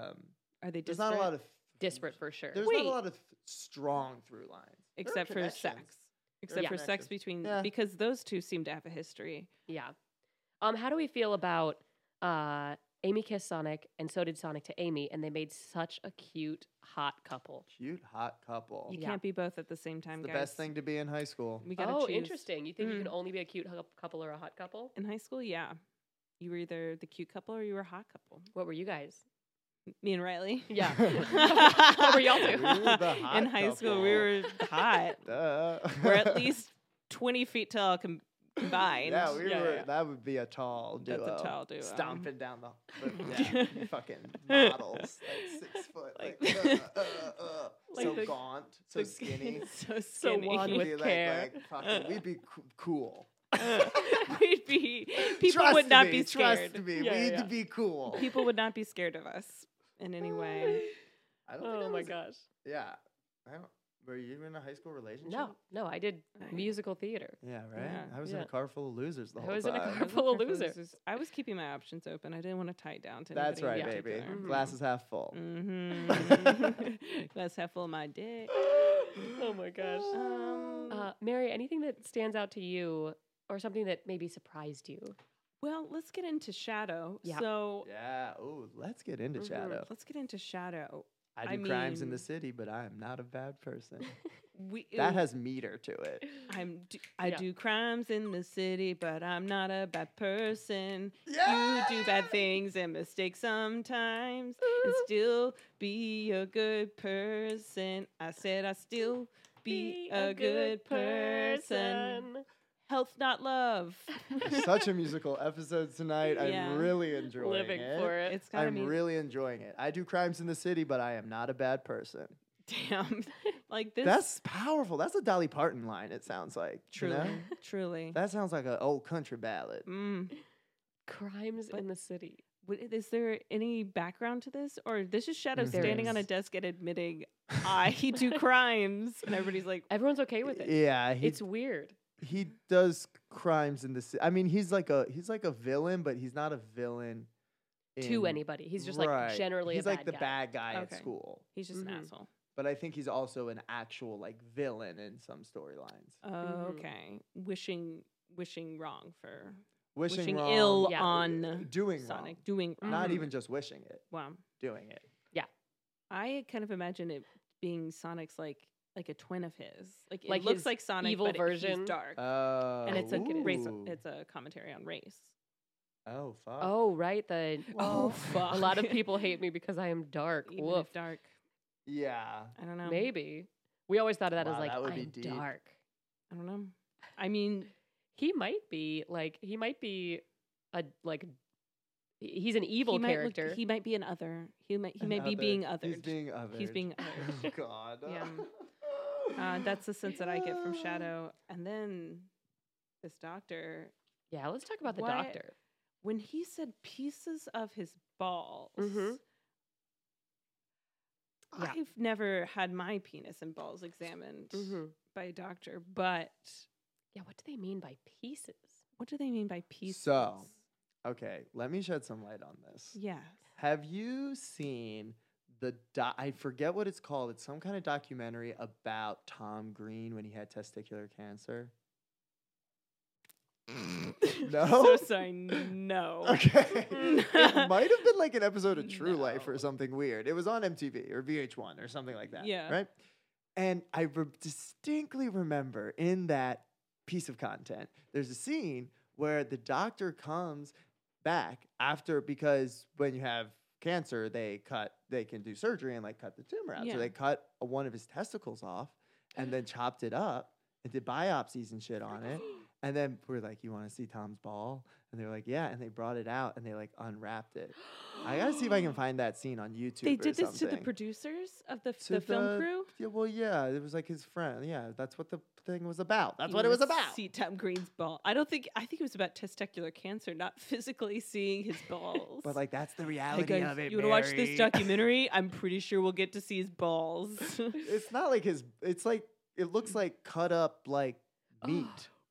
S3: Are they
S2: There's
S3: disparate?
S2: not a lot of
S1: Disparate for sure.
S2: There's not
S3: Wait.
S2: a lot of strong through lines There are
S3: except for
S2: connections.
S3: sex. Except for sex
S2: connections.
S3: between
S2: Yeah.
S3: because those two seem to have a history.
S1: Yeah. Um, how do we feel about uh Amy kissed Sonic and so did Sonic to Amy, and they made such a cute, hot couple.
S2: Cute hot couple.
S3: You
S1: Yeah.
S3: can't be both at the same time,
S2: It's the
S3: guys.
S2: best thing to be in high school.
S3: We gotta
S1: Oh,
S3: choose.
S1: interesting. You think you
S3: Mm.
S1: can only be a cute hu- couple or a hot couple?
S3: In high school, yeah. You were either the cute couple or you were a hot couple.
S1: What were you guys?
S3: Me and Riley.
S1: Yeah.
S3: what
S1: were y'all Oh doing?
S2: We were the hot
S3: In high school, we were hot.
S2: Duh.
S3: we're at least 20 feet tall com- combined.
S2: Yeah, we
S1: Yeah,
S2: were.
S1: yeah.
S2: That would be a tall duo.
S3: That's a tall duo.
S2: Stomping down the, the yeah, you fucking models, like six foot, like,
S3: Like-
S2: uh, uh, uh,
S3: Like
S2: so
S3: the-
S2: gaunt, so skinny.
S3: so skinny.
S1: wan
S2: We'd
S1: with
S2: be like,
S1: care.
S2: like, fucking- we'd be coo- cool.
S3: We'd be, people
S2: Trust
S3: would not
S2: me,
S3: be scared.
S2: Trust me,
S1: Yeah,
S2: we'd
S1: yeah.
S2: be cool.
S3: People would not be scared of us in any way.
S2: I don't think I
S1: Oh my
S2: was-
S1: gosh.
S2: Yeah, I don't. Were you in a high school relationship?
S1: No, no, I did
S3: Right.
S1: musical theater.
S2: Yeah, right.
S3: Yeah,
S2: I was in
S1: yeah.
S2: a car full of losers the
S1: I
S2: whole
S1: was in
S2: time.
S1: a
S3: I
S1: car-
S3: was
S1: Full of
S3: looking for
S1: losers.
S3: losers. I was keeping my options open. I didn't want to tie it down to
S2: That's right,
S3: anybody in
S1: Yeah.
S2: baby.
S3: particular.
S1: Mhm.
S2: Glass is half full.
S3: Mm. Mhm. Glass half full of my dick.
S1: Oh my gosh.
S3: Um,
S1: Uh, Mary, anything that stands out to you or something that maybe surprised you?
S3: well, let's get into shadow.
S1: Yeah.
S3: So
S2: Yeah. Oh, let's get into
S1: Mhm.
S2: shadow.
S3: let's get into shadow.
S2: I do
S3: I
S2: crimes in the
S3: mean-
S2: city, but I am not a bad person.
S3: We,
S2: that has meter to it.
S3: I'm do, I
S1: Yeah.
S3: do crimes in the city, but I'm not a bad person. You do
S2: Yeah!
S3: bad things and mistakes sometimes, and still be a good person. I said I still be, a, good, person. Health, not love.
S2: Such a musical episode tonight.
S3: Yeah.
S2: I'm really enjoying
S1: Living
S2: it.
S1: for it.
S3: It's gotta
S2: I'm
S3: be
S2: really enjoying it. I do crimes in the city, but I am not a bad person.
S3: damn. like this.
S2: That's powerful. That's a Dolly Parton line. It sounds like you
S3: truly,
S2: know?
S3: truly.
S2: That sounds like an old country ballad.
S3: Mm.
S1: Crimes in the city.
S3: What- Is there any background to this, or this is Shadow
S2: Mhm.
S1: There
S3: standing on a
S1: is.
S3: desk and admitting I do crimes, and everybody's like,
S1: Everyone's okay with it.
S2: Yeah, he
S1: it's weird.
S2: he does crimes in the city. I mean, he's like a he's like a villain, but he's not a villain
S1: to
S2: in-
S1: anybody. He's just
S2: Right.
S1: like generally
S2: he's
S1: a bad
S2: like the
S1: guy.
S2: bad guy at
S3: Okay.
S2: school.
S3: "He's just an
S2: Mm-hmm.
S1: Mhm.
S3: asshole."
S2: But I think he's also an actual like villain in some storylines.
S3: Uh,
S2: Mm-hmm.
S1: Mhm.
S3: Okay, wishing wishing wrong for
S2: Wishing,
S3: wishing
S2: wrong, uh,
S3: ill
S1: Yeah.
S3: on
S2: doing
S3: Sonic, Mm.
S2: wrong.
S3: doing wrong.
S2: Not even just wishing it,
S3: Wow,
S2: doing it.
S3: I kind of imagine it being Sonic's like like a twin of his. Like it
S1: Like
S3: looks
S1: his
S3: like Sonic,
S1: evil
S3: but it- he's
S1: version.
S3: dark,
S2: Oh,
S3: and it's a
S1: Ooh.
S3: race.
S2: ooh.
S3: It's a commentary on race.
S2: oh fuck.
S1: Oh, right. The
S3: Oh,
S1: a lot of
S3: fuck.
S1: people hate me because I am dark.
S3: Even
S1: Woof.
S3: if dark.
S2: yeah.
S3: I don't know.
S1: Maybe. We always thought of that
S2: Wow,
S1: as like
S2: that would be
S1: I'm
S2: deep.
S1: dark.
S3: I don't know. I mean,
S1: He might be like he might be a like he- he's an evil
S3: he might look-
S1: character.
S3: he might be an other. He might he might be
S2: Another-
S3: being othered.
S2: He's being othered.
S3: He's being
S2: Oh
S3: othered.
S2: God.
S3: Yeah. uh, that's the sense that I get from Shadow. And then this doctor
S1: yeah, let's talk about the
S3: What?
S1: doctor.
S3: when he said pieces of his balls,
S2: Mm-hmm.
S1: Mhm. Yeah.
S3: I've never had my penis and balls examined
S1: Mm-hmm.
S3: by a doctor, but
S1: Yeah, what do they mean by pieces?
S3: what do they mean by pieces?
S2: So- Okay, let me shed some light on this.
S3: yes.
S2: Have you seen the doc- I forget what it's called. It's some kind of documentary about Tom Green when he had testicular cancer.
S3: so
S2: No?
S3: sorry, no.
S2: Okay. it might have been like an episode of True Life or
S3: No.
S2: something weird. It was on MTV or VH1 or something like that.
S3: Yeah.
S2: Right? And I re- distinctly remember in that piece of content, there's a scene where the doctor comes back after because when you have cancer, they cut, they can do surgery and like cut the tumor out.
S3: Yeah.
S2: So they cut one of his testicles off and then chopped it up and did biopsies and shit on it. And then we're like, you want to see Tom's ball? And they were like, yeah. And they brought it out and they like unwrapped it. I gotta see if I can find that scene on YouTube.
S3: They
S2: or
S3: did this to the
S2: something.
S3: producers of the,
S2: To
S3: the
S2: the-
S3: film crew.
S2: Yeah, well, yeah, it was like his friend. Yeah, that's what the thing was about. That's
S3: You
S2: what it was
S3: wanna
S2: about.
S3: See Tom Green's ball. I don't think. I think it was about testicular cancer, not physically seeing his balls.
S2: But like, that's the
S3: Hey,
S2: reality
S3: guys,
S2: of it.
S3: you wanna watch this
S2: Mary.
S3: documentary? I'm pretty sure we'll get to see his balls.
S2: It's not like his. It's like it looks like cut up like meat.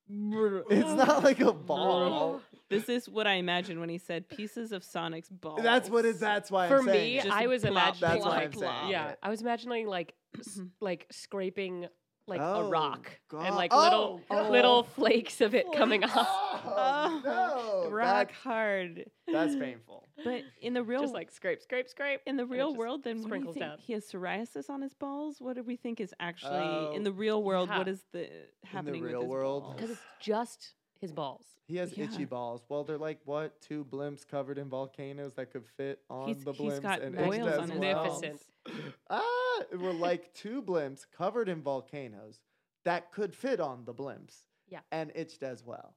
S2: it's
S3: it's
S2: not like a ball.
S3: This is what I imagine when he said pieces of Sonic's balls.
S2: That's what it. That's why
S1: For
S2: I'm saying
S1: me,
S2: it.
S3: Just
S1: I was
S3: plop,
S1: imagining
S2: that's why
S1: like,
S2: I'm saying
S1: yeah,
S2: it.
S1: I was imagining like s- like scraping like
S2: Oh,
S1: a rock
S2: God.
S1: and like
S2: Oh,
S1: little
S2: God.
S1: little flakes of it coming
S3: Flakes.
S1: off,
S2: Oh, no,
S3: rock
S2: that-
S3: hard.
S2: that's painful.
S3: But in the real
S1: just like scrape, scrape, scrape.
S3: in the
S1: it
S3: real
S1: just
S3: world, then what do you
S1: sprinkles
S3: think?
S1: down.
S3: He has psoriasis on his balls. What do we think is actually
S2: Oh,
S3: in the real world? What
S1: yeah.
S3: is the happening with
S2: real
S3: his
S2: world?
S3: balls?
S1: because it's just his balls.
S2: He has itchy
S3: Yeah.
S2: balls. Well, they're like what two blimps covered in volcanoes that could fit on
S3: He's-
S2: the blimps
S3: he's got
S2: and
S3: boils
S2: it does
S3: on his
S1: Magnificent.
S2: Well. Ah, it were like two blimps covered in volcanoes that could fit on the blimps.
S1: Yeah.
S2: and itched as well.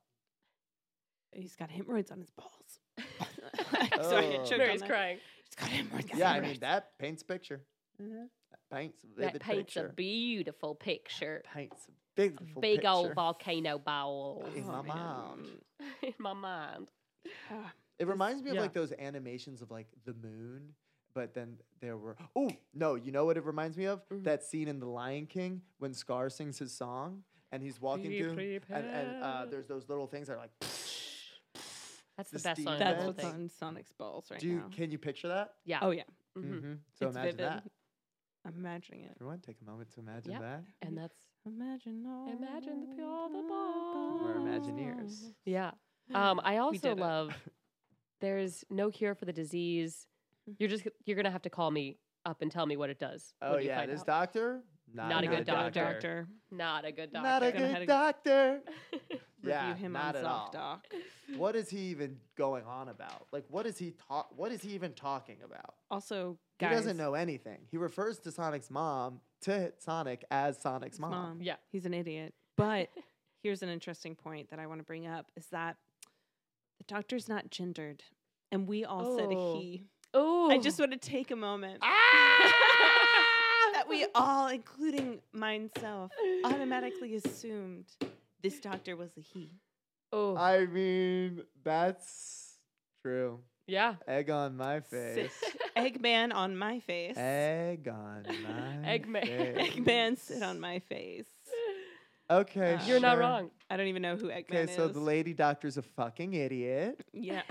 S3: He's got hemorrhoids on his balls. I'm sorry, I
S2: Oh.
S3: choked on
S1: Mary's
S3: that.
S1: crying.
S3: He's got hemorrhoids.
S2: yeah, I mean that paints picture.
S3: Mhm.
S2: That paints a vivid
S1: That paints
S2: picture.
S1: a beautiful picture.
S2: paints a beautiful
S1: Big old
S2: picture.
S1: volcano balls
S2: in my
S3: Oh,
S2: mind.
S1: in my mind.
S3: Ah,
S2: It reminds me of
S3: yeah.
S2: like those animations of like the moon, but then there were oh no, you know what it reminds me of?
S1: Mhm.
S2: That scene in The Lion King when Scar sings his song and he's walking
S1: Be
S2: through and, and uh,
S1: prepared.
S2: there's those little things that are like
S1: That's the,
S2: the
S1: best
S2: steam
S1: song. in the
S3: That's
S1: whole
S3: what's
S1: thing.
S3: on Sonic's balls right
S2: Do you,
S3: now.
S2: can you picture that?
S1: Yeah.
S3: Oh yeah,
S1: mhm.
S2: Mhm. So
S3: it's
S2: imagine
S3: vivid.
S2: that.
S3: I'm imagining it.
S2: Everyone take a moment to imagine
S1: Yeah.
S2: that.
S1: And that's
S3: Imagine all.
S1: Imagine the
S3: the
S1: pure the
S3: balls.
S2: We're Imagineers.
S1: yeah. Um, I also
S3: did it.
S1: love there's no cure for the disease.
S3: Mm-hmm.
S1: You're just you're gonna have to call me up and tell me what it does.
S2: Oh
S1: when you
S2: yeah,
S1: find
S2: this
S1: out.
S2: doctor? Not,
S1: a good doctor.
S3: doctor.
S1: not a good doctor.
S2: Not a
S3: Gonna have
S2: good
S3: to
S2: doctor.
S3: Review
S2: yeah,
S3: him
S2: not at
S3: on
S2: all.
S3: ZocDoc.
S2: What is he even going on about? Like, what is he talk? What is he even talking about?
S3: Also,
S2: He
S3: guys,
S2: doesn't know anything. He refers to Sonic's mom to Sonic as Sonic's
S3: his
S2: mom.
S3: mom.
S1: Yeah.
S3: He's an idiot. But here's an interesting point that I want to bring up is that the doctor's not gendered. And we all said
S1: Oh.
S3: he.
S1: Oh,
S3: I just want to take a
S2: Ah,
S3: moment that we all, including myself, automatically assumed this doctor was a he.
S1: Oh,
S2: I mean, that's true.
S1: yeah.
S2: Egg on my face.
S3: Sit- Eggman on my face.
S2: Egg on my
S1: Eggman.
S2: face.
S3: Eggman sit on my face.
S2: Okay,
S3: Uh,
S1: You're not
S2: sure.
S1: wrong.
S3: I don't even know who Eggman
S2: Okay,
S3: is.
S2: so the lady doctor's a fucking idiot.
S3: Yeah.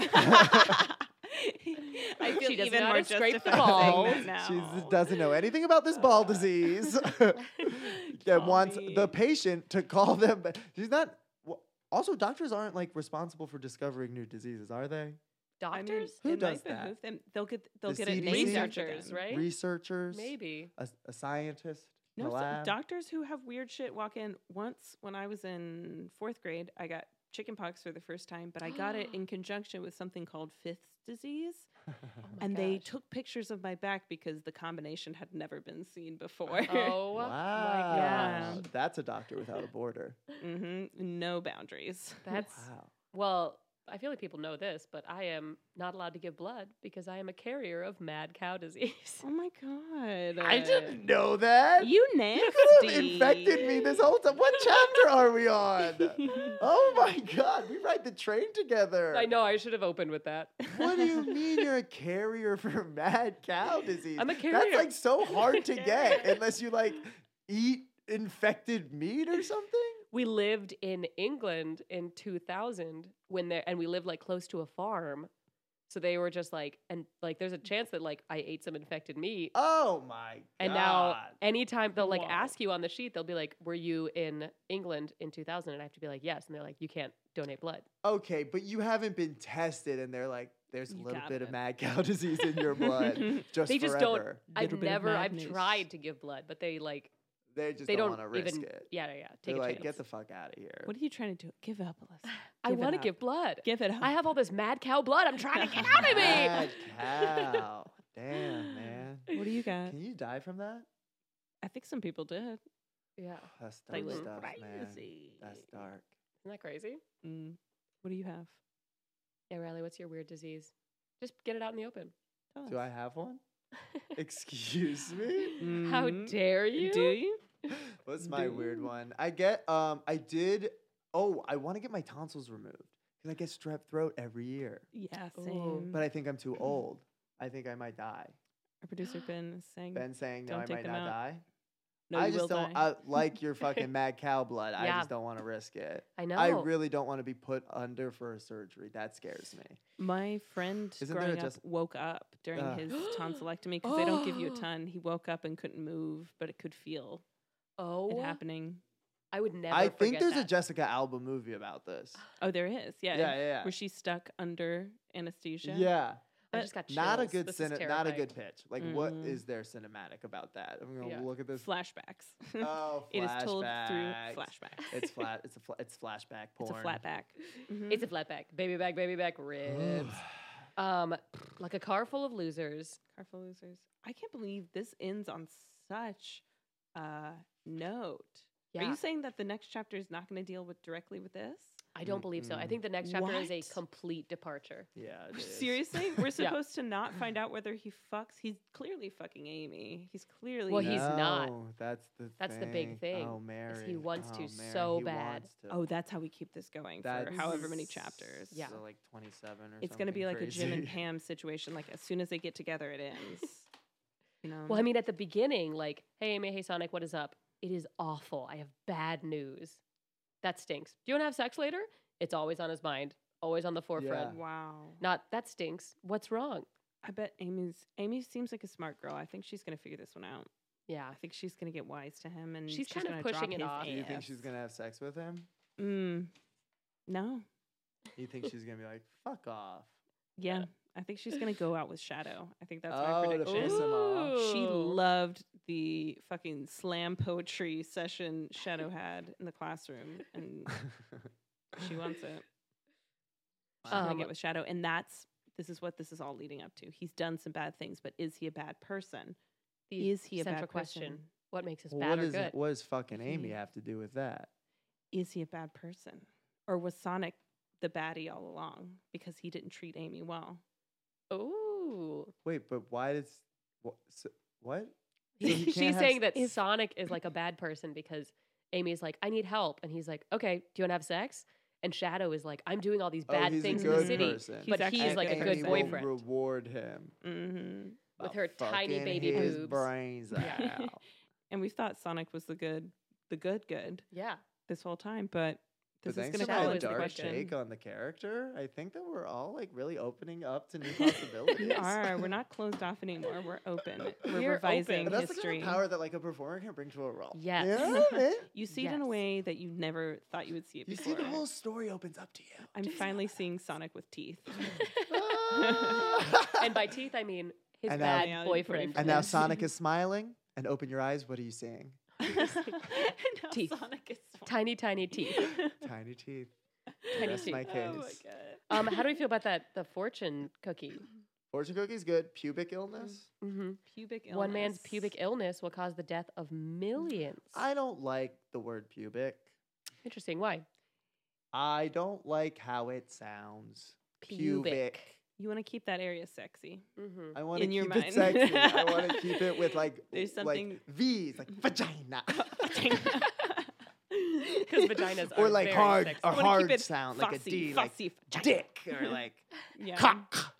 S1: She
S3: I feel
S1: doesn't
S3: even
S1: know how
S3: more
S1: to scrape the
S3: justified
S1: balls.
S3: saying that
S2: She
S3: now.
S2: doesn't know anything about this ball disease. that
S1: Oh,
S3: Call
S2: wants the
S3: me.
S2: patient to call them. ba- She's not. wha- Also, doctors aren't like responsible for discovering new diseases, are they?
S3: I mean,
S1: Doctors,
S2: Who
S3: it might
S2: does that?
S3: behoove Them. They'll get they'll
S2: The
S3: get it
S2: CDC?
S3: named after
S1: researchers,
S3: them.
S1: right?
S2: Researchers,
S1: Maybe.
S2: a, a scientist. in
S3: No,
S2: the
S3: so
S2: lab.
S3: doctors who have weird shit walk in. Once when I was in fourth grade, I got chickenpox for the first time, but I got it in conjunction with something called fifth disease,
S1: Oh my
S3: and they
S1: gosh.
S3: took pictures of my back because the combination had never been seen before.
S1: Oh
S2: wow,
S1: my gosh.
S3: God.
S2: that's a doctor without a border.
S3: hmm No Mm-hmm. boundaries.
S1: That's
S2: Wow.
S1: well, I feel like people know this, but I am not allowed to give blood because I am a carrier of mad cow disease.
S3: Oh my god.
S2: I didn't know that.
S3: You nasty.
S2: You could have infected me this whole time. What chapter are we on? Oh my god, we ride the train together.
S1: I know I should have opened with that.
S2: What do you mean you're a carrier for mad cow disease?
S1: I'm a
S2: That's
S1: carrier.
S2: like so hard to get unless you like eat infected meat or something.
S1: we lived in England in 2000 when there and we lived like close to a farm. So they were just like and like there's a chance that like I ate some infected meat.
S2: Oh my god.
S1: And now, anytime they'll like
S3: Whoa.
S1: ask you on the sheet, they'll be like, "Were you in England in 2000?" And I have to be like, "Yes." And they're like, "You can't donate blood."
S2: Okay, but you haven't been tested and they're like there's a
S3: You
S2: little
S3: got
S2: bit
S3: it.
S2: of mad cow disease in your blood. Just
S1: They just don't-
S2: forever.
S1: I've
S3: Little bit of
S1: never, I've
S3: madness.
S1: tried to give blood, but they like
S2: They just
S1: they
S2: don't,
S1: don't,
S2: want to risk
S1: even.
S2: it.
S1: Yeah, yeah, yeah. Take
S2: They're
S1: a
S2: like,
S1: chance.
S2: get the fuck out of here.
S3: What are you trying to do? Give up, Alyssa.
S1: I
S3: give it
S1: want to
S3: up.
S1: give blood.
S3: Give it up.
S1: I have all this mad cow blood. I'm trying to get out of me.
S2: Mad cow. Damn, man.
S3: What do you got?
S2: Can you die from that?
S3: I think some people did.
S1: Yeah,
S2: That's
S3: They
S2: dark
S1: went
S3: were
S2: stuff, man.
S3: crazy.
S2: That's dark.
S1: isn't that crazy?
S3: Mm. What do you have?
S1: Yeah, Riley, what's your weird disease? Just get it out in the open.
S3: Tell
S2: Do I
S3: us.
S2: have one? Excuse me?
S1: How
S3: Mm.
S1: dare you?
S3: Do you?
S2: What's my weird
S3: Dude.
S2: one? I get um I did oh, I want to get my tonsils removed cuz I get strep throat every year.
S3: Yeah,
S1: Ooh.
S3: same.
S2: But I think I'm
S3: Mm-hmm.
S2: too old. I think I might die.
S3: Our producer Ben is saying,
S2: Ben saying no,
S3: Mm. Don't
S2: I
S3: take
S2: might
S3: them
S2: not
S3: out.
S2: die.
S3: "No,
S2: I
S3: you
S2: just
S3: will
S2: don't
S3: die."
S2: I like your fucking mad cow blood. I
S1: Yeah.
S2: just don't want to risk it.
S1: I know.
S2: I really don't want to be put under for a surgery. That scares me.
S3: My friend
S2: Isn't there
S3: growing
S2: a
S3: up
S2: just-
S3: woke up during
S2: Ah.
S3: his tonsillectomy because they don't give you a
S1: Oh.
S3: ton. He woke up and couldn't move, but it could feel
S1: oh,
S3: it happening.
S1: I would never.
S2: I think
S1: forget
S2: there's a
S1: that.
S2: Jessica Alba movie about this.
S3: Oh, there is. Yeah.
S2: Yeah, yeah, yeah.
S3: Where she's stuck under anesthesia.
S2: Yeah.
S1: I
S3: uh,
S1: just got
S2: Not a
S1: chills.
S2: good
S1: This is
S2: cine- not a
S1: terrifying.
S2: good pitch. Like what
S3: Mhm.
S2: is there cinematic about that? I'm going to
S1: Yeah.
S2: look at this.
S3: Flashbacks.
S2: oh,
S3: it is told through
S2: flashbacks.
S3: flashbacks.
S2: It's flat it's a fla- it's flashback porn.
S3: It's a flat back. Mhm.
S1: It's a flat back, baby back, baby back, ribs. um, like a car full of losers.
S3: Carful losers. I can't believe this ends on such a note. Are
S1: Yeah,
S3: you saying that the next chapter is not going to deal with directly with this?
S1: I don't believe so. I
S2: Mm-mm.
S1: think the next chapter is a
S3: What?
S1: complete departure.
S2: yeah. it is.
S3: Seriously, we're
S1: Yeah.
S3: supposed to not find out whether he fucks. He's clearly fucking Amy. He's clearly.
S1: Well, he's not.
S2: No, That's the
S1: That's the big thing,
S2: Oh,
S1: is
S2: Mary.
S1: he wants to
S2: Oh, Mary,
S1: so
S2: he
S1: bad.
S2: wants to.
S3: Oh, that's how we keep this going for
S2: That's
S3: however many chapters.
S1: Yeah.
S2: So like 27 or
S3: It's going to
S2: something
S3: be like a Jim and
S2: crazy.
S3: Pam situation. Like as soon as they get together, it ends. You know.
S2: Mm-hmm.
S1: Well, I mean, at the beginning, like, hey, Amy, hey, Sonic, what is up? It is awful. I have bad news. That stinks. Do you want to have sex later? It's always on his mind, always on the forefront.
S2: Yeah.
S3: wow.
S1: Not that stinks. What's wrong?
S3: I bet Amy's. Amy seems like a smart girl. I think she's going to figure this one out.
S1: Yeah.
S3: I think she's going to get wise to him, and
S1: She's
S3: she's,
S1: kind of
S3: gonna drop
S1: pushing it
S3: his
S1: off.
S2: Do you think she's
S3: ass.
S2: gonna have sex with him?
S3: Mm. No.
S2: You think she's gonna be like, "Fuck off"?
S3: Yeah. I think she's gonna go out with Shadow. I think that's
S2: Oh,
S3: my
S2: the
S3: prediction.
S2: piss him off.
S3: She
S1: Ooh.
S3: loved the fucking slam poetry session Shadow had in the classroom, and she wants it. She's gonna
S1: Um,
S3: get with Shadow, and that's this is what this is all leading up to. He's done some bad things, but is he a bad person?
S1: The
S3: is he a
S1: central
S3: bad
S1: question.
S3: person?
S1: What makes us
S2: Well,
S1: bad
S2: what,
S1: or
S2: is,
S1: good?
S2: it- what does fucking
S3: Mhm.
S2: Amy have to do with that?
S3: Is he a bad person, or was Sonic the baddie all along because he didn't treat Amy well?
S1: Ooh.
S2: Wait, but why does what? So, what? So he can't
S1: She's
S2: have
S1: saying
S2: s-
S1: that Sonic is like a bad person because Amy's like, I need help. And he's like, okay, do you want to have sex? And Shadow is like, I'm doing all these
S2: Oh,
S1: bad
S2: he's a
S1: things in
S2: good
S1: the city
S2: person.
S3: He's
S1: but
S3: actually
S1: he's
S3: a
S1: like
S3: good
S1: a good
S2: Amy
S3: person.
S2: will
S1: boyfriend.
S2: reward him
S3: Mm-hmm.
S1: With
S2: I'll
S1: her tiny
S2: fucking
S1: baby
S2: his
S1: boobs.
S2: Brains
S1: Yeah.
S2: out.
S3: And we thought Sonic was the good, the good, good.
S1: Yeah.
S3: this whole time, but
S2: But
S3: this is
S2: thanks
S3: going
S2: for
S3: to
S1: Shadow
S3: call
S2: my
S1: is
S3: into
S1: the
S2: dark
S1: question.
S2: take on the character. I think that we're all like really opening up to new
S1: We
S2: possibilities.
S3: We are. We're not closed off anymore. We're open. We're,
S1: We're
S3: revising
S1: open.
S2: But that's the
S3: history.
S2: kind of power that like a performer can bring to a role.
S1: Yes.
S2: You know what I mean?
S3: you see it in a
S1: Yes.
S3: way that you never thought you would see it
S2: You see,
S3: before.
S2: the whole story opens up to you.
S3: I'm finally seeing Sonic with teeth.
S2: Ah.
S1: and by teeth, I mean his
S2: And now-
S1: bad
S3: Yeah,
S1: boyfriend.
S3: boyfriend.
S2: And now
S3: Yes.
S2: Sonic is smiling. And open your eyes. What are you seeing?
S3: Now
S1: Teeth.
S3: Sonic is
S1: tiny, tiny teeth.
S2: Tiny teeth.
S1: Tiny
S2: Rest my
S1: teeth.
S2: case.
S3: Oh my
S1: Um,
S3: god.
S1: how do we feel about that? The fortune cookie.
S2: Fortune cookie's good. Pubic illness.
S1: hmm
S3: Pubic illness.
S1: One man's pubic illness will cause the death of millions.
S2: I don't like the word pubic.
S1: Interesting. Why?
S2: I don't like how it sounds. Pubic.
S3: You want to keep that area sexy.
S1: Mm-hmm.
S2: I want to
S3: In
S2: keep
S3: your
S2: it
S3: mind.
S2: sexy. I want to keep it with like
S3: There's
S2: like
S3: something-
S2: V's, like vagina.
S1: Because vaginas are
S2: or like
S1: very
S2: hard
S1: sexy.
S2: or
S3: wanna keep
S2: hard
S3: it
S2: sound like a
S3: Fussy,
S2: D, like
S3: fussy, Um, vagina.
S2: dick or like
S3: Yeah.
S2: cock.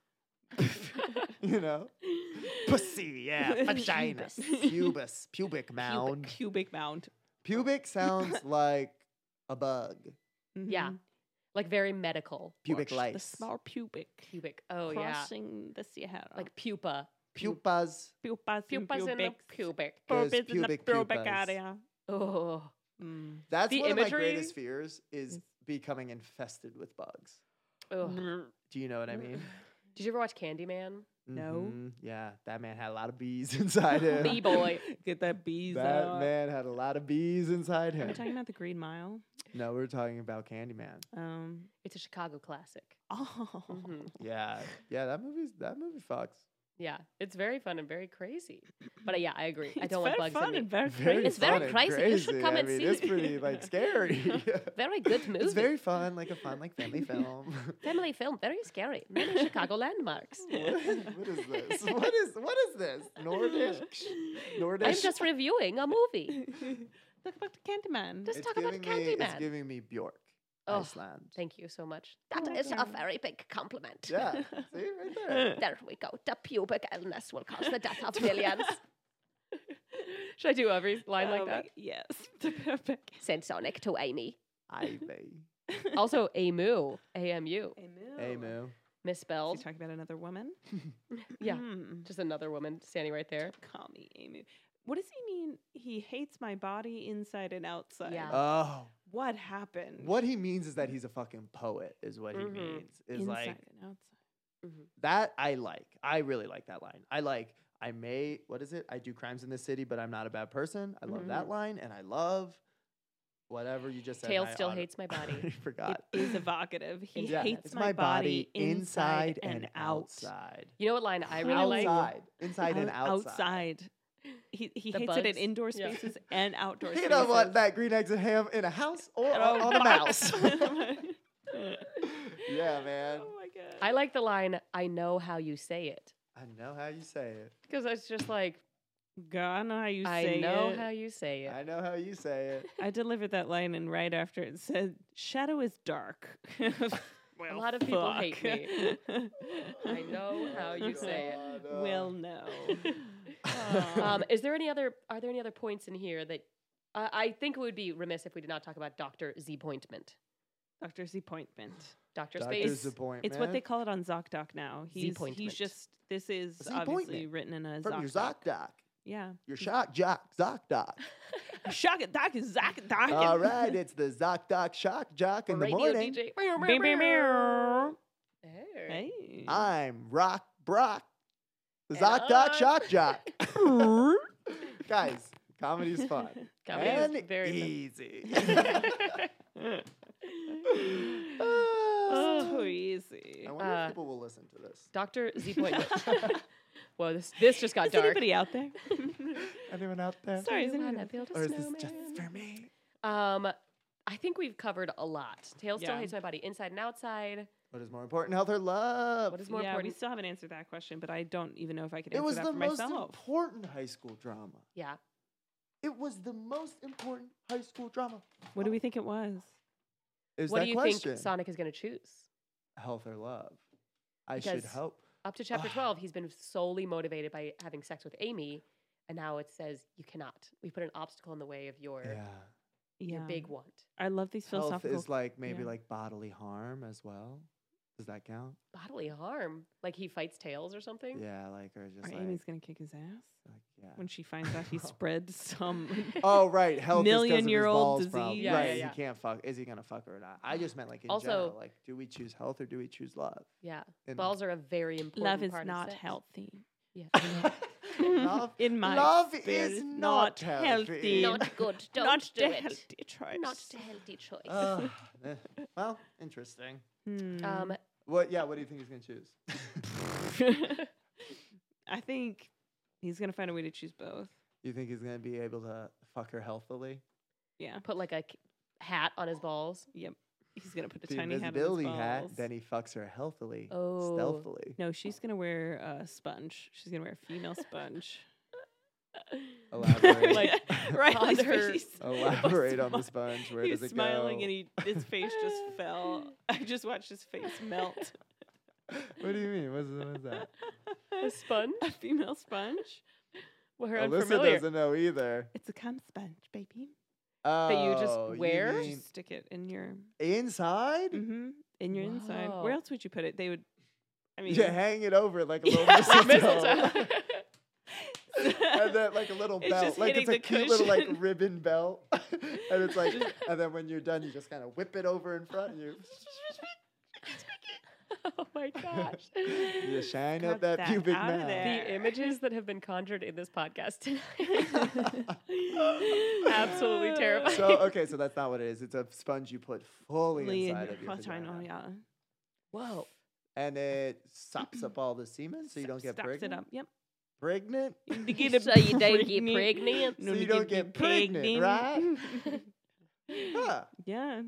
S2: you know, pussy, yeah, vagina,
S3: Pubis.
S2: pubis, pubic mound.
S3: Pubic, pubic mound.
S2: Pubic sounds like a bug.
S1: Yeah.
S3: Mhm.
S1: like very medical.
S2: Pubic
S3: Watch The
S2: lice.
S3: small pubic.
S1: Pubic. Oh yeah,
S3: crossing the Sierra.
S1: like pupa.
S2: Pupas.
S3: pupas, and
S1: Pupas in the
S3: pubics.
S1: pubic.
S2: There's
S3: Pubic in the
S2: pubic
S3: pubic
S2: pupas.
S3: area.
S1: Oh,
S3: Mm.
S2: That's
S1: The
S2: one of my
S1: imagery-
S2: greatest fears is
S3: Yes.
S2: becoming infested with bugs.
S1: oh.
S3: Mm-hmm.
S2: Do you know what I mean?
S1: Did you ever watch Candyman?
S3: No.
S2: Mhm, Yeah, that man had a lot of bees inside him.
S1: Bee boy.
S3: Get that bees
S2: That
S3: out.
S2: man had a lot of bees inside
S3: Are we
S2: him.
S3: talking about the Green Mile?
S2: No, we're talking about Candyman.
S3: Um,
S1: It's a Chicago classic.
S3: oh,
S1: Mhm.
S2: Yeah, yeah, that movie's that movie fucks.
S1: Yeah, it's very fun and very crazy. But uh, yeah, I agree. I
S3: It's
S1: don't want
S3: very
S1: bugs
S3: fun
S1: in me.
S3: and very
S2: Very
S3: crazy.
S1: It's very
S2: fun and
S1: crazy. You should come
S2: I
S1: and
S2: mean,
S1: see
S2: It's
S1: it.
S2: pretty like scary.
S1: Very good movie.
S2: It's very fun, like a fun like family film.
S1: Family film, very scary. Many Chicago landmarks.
S2: what, is, what is this? What is what is this? Nordic Nordic.
S1: I'm just reviewing a movie.
S3: Look about the Candyman.
S1: Just-
S2: it's
S1: talk about
S2: giving me, It's
S1: Candyman.
S2: giving me Bjork,
S1: Oh,
S2: Iceland.
S1: Thank you so much.
S3: Oh
S1: That
S3: my
S1: is
S3: God.
S1: a very big compliment.
S2: Yeah, see right there.
S1: There we go. The pubic illness will cause the death of millions. Should I do every line
S3: Oh
S1: like
S3: my-
S1: that?
S3: Yes. The pubic.
S1: Send Sonic to Amy.
S2: Ivy,
S1: Also, Amu, A-M-U,
S2: hey Moo.
S3: Is
S1: misspelled.
S3: he talking about another woman?
S1: Yeah,
S3: Mm.
S1: just another woman standing right there.
S3: Call me Emu. What does he mean? He hates my body inside and outside.
S1: Yeah.
S2: Oh,
S3: What happened?
S2: what he means is that he's a fucking poet. Is what
S1: Mhm.
S2: he means. Is
S3: inside
S2: like
S3: and outside?
S2: that I like. I really like that line. I like I may what is it? I do crimes in this city, but I'm not a bad person. I love that line and I love whatever you just said.
S1: Tail
S2: and I
S1: still
S2: auto-
S1: hates my
S2: I
S1: body.
S2: forgot.
S3: It is evocative. He
S1: Yeah.
S3: hates
S2: It's
S3: my, body inside and, out.
S2: outside.
S1: You know what line I really
S2: outside.
S1: like?
S2: Inside and
S3: Out-
S2: outside.
S3: outside. He, he
S1: The
S3: hates it in
S1: bugs.
S3: indoor
S1: Yeah.
S3: spaces and outdoor
S2: He
S3: spaces. Oh,
S2: don't want that green eggs and ham in a house or
S3: And
S2: on, on a mouse.
S3: box.
S2: yeah, man.
S3: Oh my god.
S1: I like the line, I know how you say it.
S2: I know how you say it.
S1: Because it's just like,
S3: God, I know how you
S1: I
S3: say
S1: know
S3: it.
S1: how you say it.
S2: I know how you say it.
S3: I delivered that line, and right after it said, "Shadow is dark." Well,
S1: lot of people hate
S3: fuck.
S1: I know how you say it.
S2: God, uh,
S3: Well, no.
S1: Um, is there any other? Are there any other points in here that I I think it would be remiss if we did not talk about Doctor Z Pointment,
S3: Doctor's appointment.
S1: Doctor
S2: Doctor's
S1: Space?
S2: appointment.
S3: It's what they call it on ZocDoc now. He's he's
S1: Zpointment.
S3: just this is
S2: Zpointment.
S3: obviously written in a
S2: from your
S3: ZocDoc.
S2: Zoc Doc.
S3: Yeah.
S2: Your shock jock, Zoc Doc.
S3: Shock it, doc is Zoc doc.
S2: All right, it's the Zoc Doc Shock Jock in the
S1: Radio
S2: morning.
S1: DJ.
S3: Meow, meow, meow.
S1: Hey.
S3: Hey.
S2: I'm Rock Brock, the
S1: And
S2: Zoc Doc
S1: I'm-
S2: Shock Jock. Guys, comedy's fun
S1: Comedy is
S2: and
S1: very
S2: easy. E.
S3: It's
S2: Ah.
S1: Oh,
S3: too Oh, easy.
S2: I wonder
S1: Uh,
S2: if people will listen to this.
S1: Doctor Z Pointment. Whoa, this this just got
S3: Is
S1: dark.
S3: anybody out there?
S2: Anyone out there?
S3: Sorry, is
S1: You wanna
S3: anyone out
S1: build a
S2: Or is this just
S1: snowman?
S2: for me?
S1: Um, I think we've covered a lot. Tail still
S3: Yeah.
S1: hates my body, inside and outside.
S2: What is more important, health or love?
S1: What is more
S3: yeah,
S1: important?
S3: we still haven't answered that question, but I don't even know if I could
S2: it
S3: answer
S2: was
S3: that
S2: the
S3: for
S2: most
S3: myself.
S2: important high school drama.
S1: Yeah,
S2: It was the most important high school drama.
S3: What do we think it was?
S2: Is
S1: what
S2: that
S1: do you
S2: question?
S1: think Sonic is going to choose?
S2: health or love? I should
S1: Because-
S2: hope.
S1: Up to chapter
S2: Ah.
S1: 12, he's been solely motivated by having sex with Amy, and now it says you cannot. We put an obstacle in the way of your
S2: Yeah.
S1: your big want.
S3: I love these
S2: Health
S3: philosophical.
S2: is like maybe
S3: yeah.
S2: like bodily harm as well. Does that count?
S1: Bodily harm. Like he fights tails or something.
S2: Yeah, like or
S3: Or
S2: just like,
S3: Amy's gonna kick his ass
S2: like, yeah.
S3: when she finds out he
S2: Well.
S3: spread some.
S2: Oh right, health
S3: Million-year-old
S2: disease. Problem.
S3: disease.
S1: Yeah,
S2: right,
S1: yeah, yeah.
S2: he can't fuck. Is he gonna fuck or not? I just meant like in
S1: Also-
S2: general, like do we choose health or do we choose love?
S1: Yeah.
S2: And
S1: Balls are a very important
S3: Love is
S1: part of
S3: not
S1: sex.
S3: healthy.
S1: Yeah.
S2: love,
S3: In my
S2: love
S3: experience,
S2: is not healthy.
S1: not good. Don't
S3: not
S1: do
S3: the
S1: it.
S3: healthy choice.
S1: Not a healthy choice.
S2: Ugh, eh, well, interesting.
S3: Hmm.
S1: um,
S2: What? Yeah. What do you think he's gonna choose?
S1: Um.
S3: I think he's gonna find a way to choose both.
S2: you think he's gonna be able to fuck her healthily?
S3: Yeah.
S1: put like a k- hat on his balls.
S3: Yep. He's gonna put a
S2: The
S3: tiny hat on
S2: invisibility
S3: his
S2: hat.
S3: balls.
S2: Then he fucks her healthily,
S1: Oh.
S2: stealthily.
S3: no, she's gonna wear a sponge. She's gonna wear a female sponge.
S2: Elaborate.
S3: like right
S1: On
S3: on
S1: her-
S3: her. she's- a
S2: Elaborate on the
S3: sponge.
S2: sponge. Where
S3: he
S2: does
S3: was
S2: it
S3: smiling
S2: go?
S3: and he, his face just fell. I just watched his face melt.
S2: what do you mean? What's, what's that?
S1: A sponge?
S3: A female sponge. Well, her
S2: Alyssa
S3: unfamiliar.
S2: doesn't know either.
S3: It's a cum sponge, baby.
S2: Oh,
S1: you just wear?
S3: You
S2: mean
S3: just stick it in your
S2: inside?
S3: hmm in your inside. Where
S1: Wow.
S3: else would you put it? They would. I mean,
S2: You hang it over like a little
S3: Yeah,
S2: mistletoe.
S3: like
S1: mistletoe.
S2: and then like a little
S3: It's
S2: belt,
S3: just
S2: like it's
S3: hitting
S2: a
S3: the
S2: cute little like
S3: cushion.
S2: ribbon belt, and it's like,
S3: Just-
S2: and then when you're done, you just kind of whip it over in front of you.
S1: oh my gosh.
S2: You shine
S3: Cut
S2: up that,
S3: that
S2: pubic
S3: out of
S2: mound.
S3: there.
S1: the images that have been conjured in this podcast tonight. Absolutely terrifying.
S2: So okay, so that's not what it is. It's a sponge you put fully
S3: Lee and
S2: inside of your
S3: vagina,
S2: vagina,
S3: yeah.
S1: Whoa.
S2: and it sops up all the semen, so you don't get
S3: Stops
S2: pregnant.
S3: it up. Yep.
S2: Pregnant,
S3: To
S1: So you don't get pregnant.
S2: So you don't get pregnant,
S3: right?
S2: huh?
S3: Mm-hmm. yeah.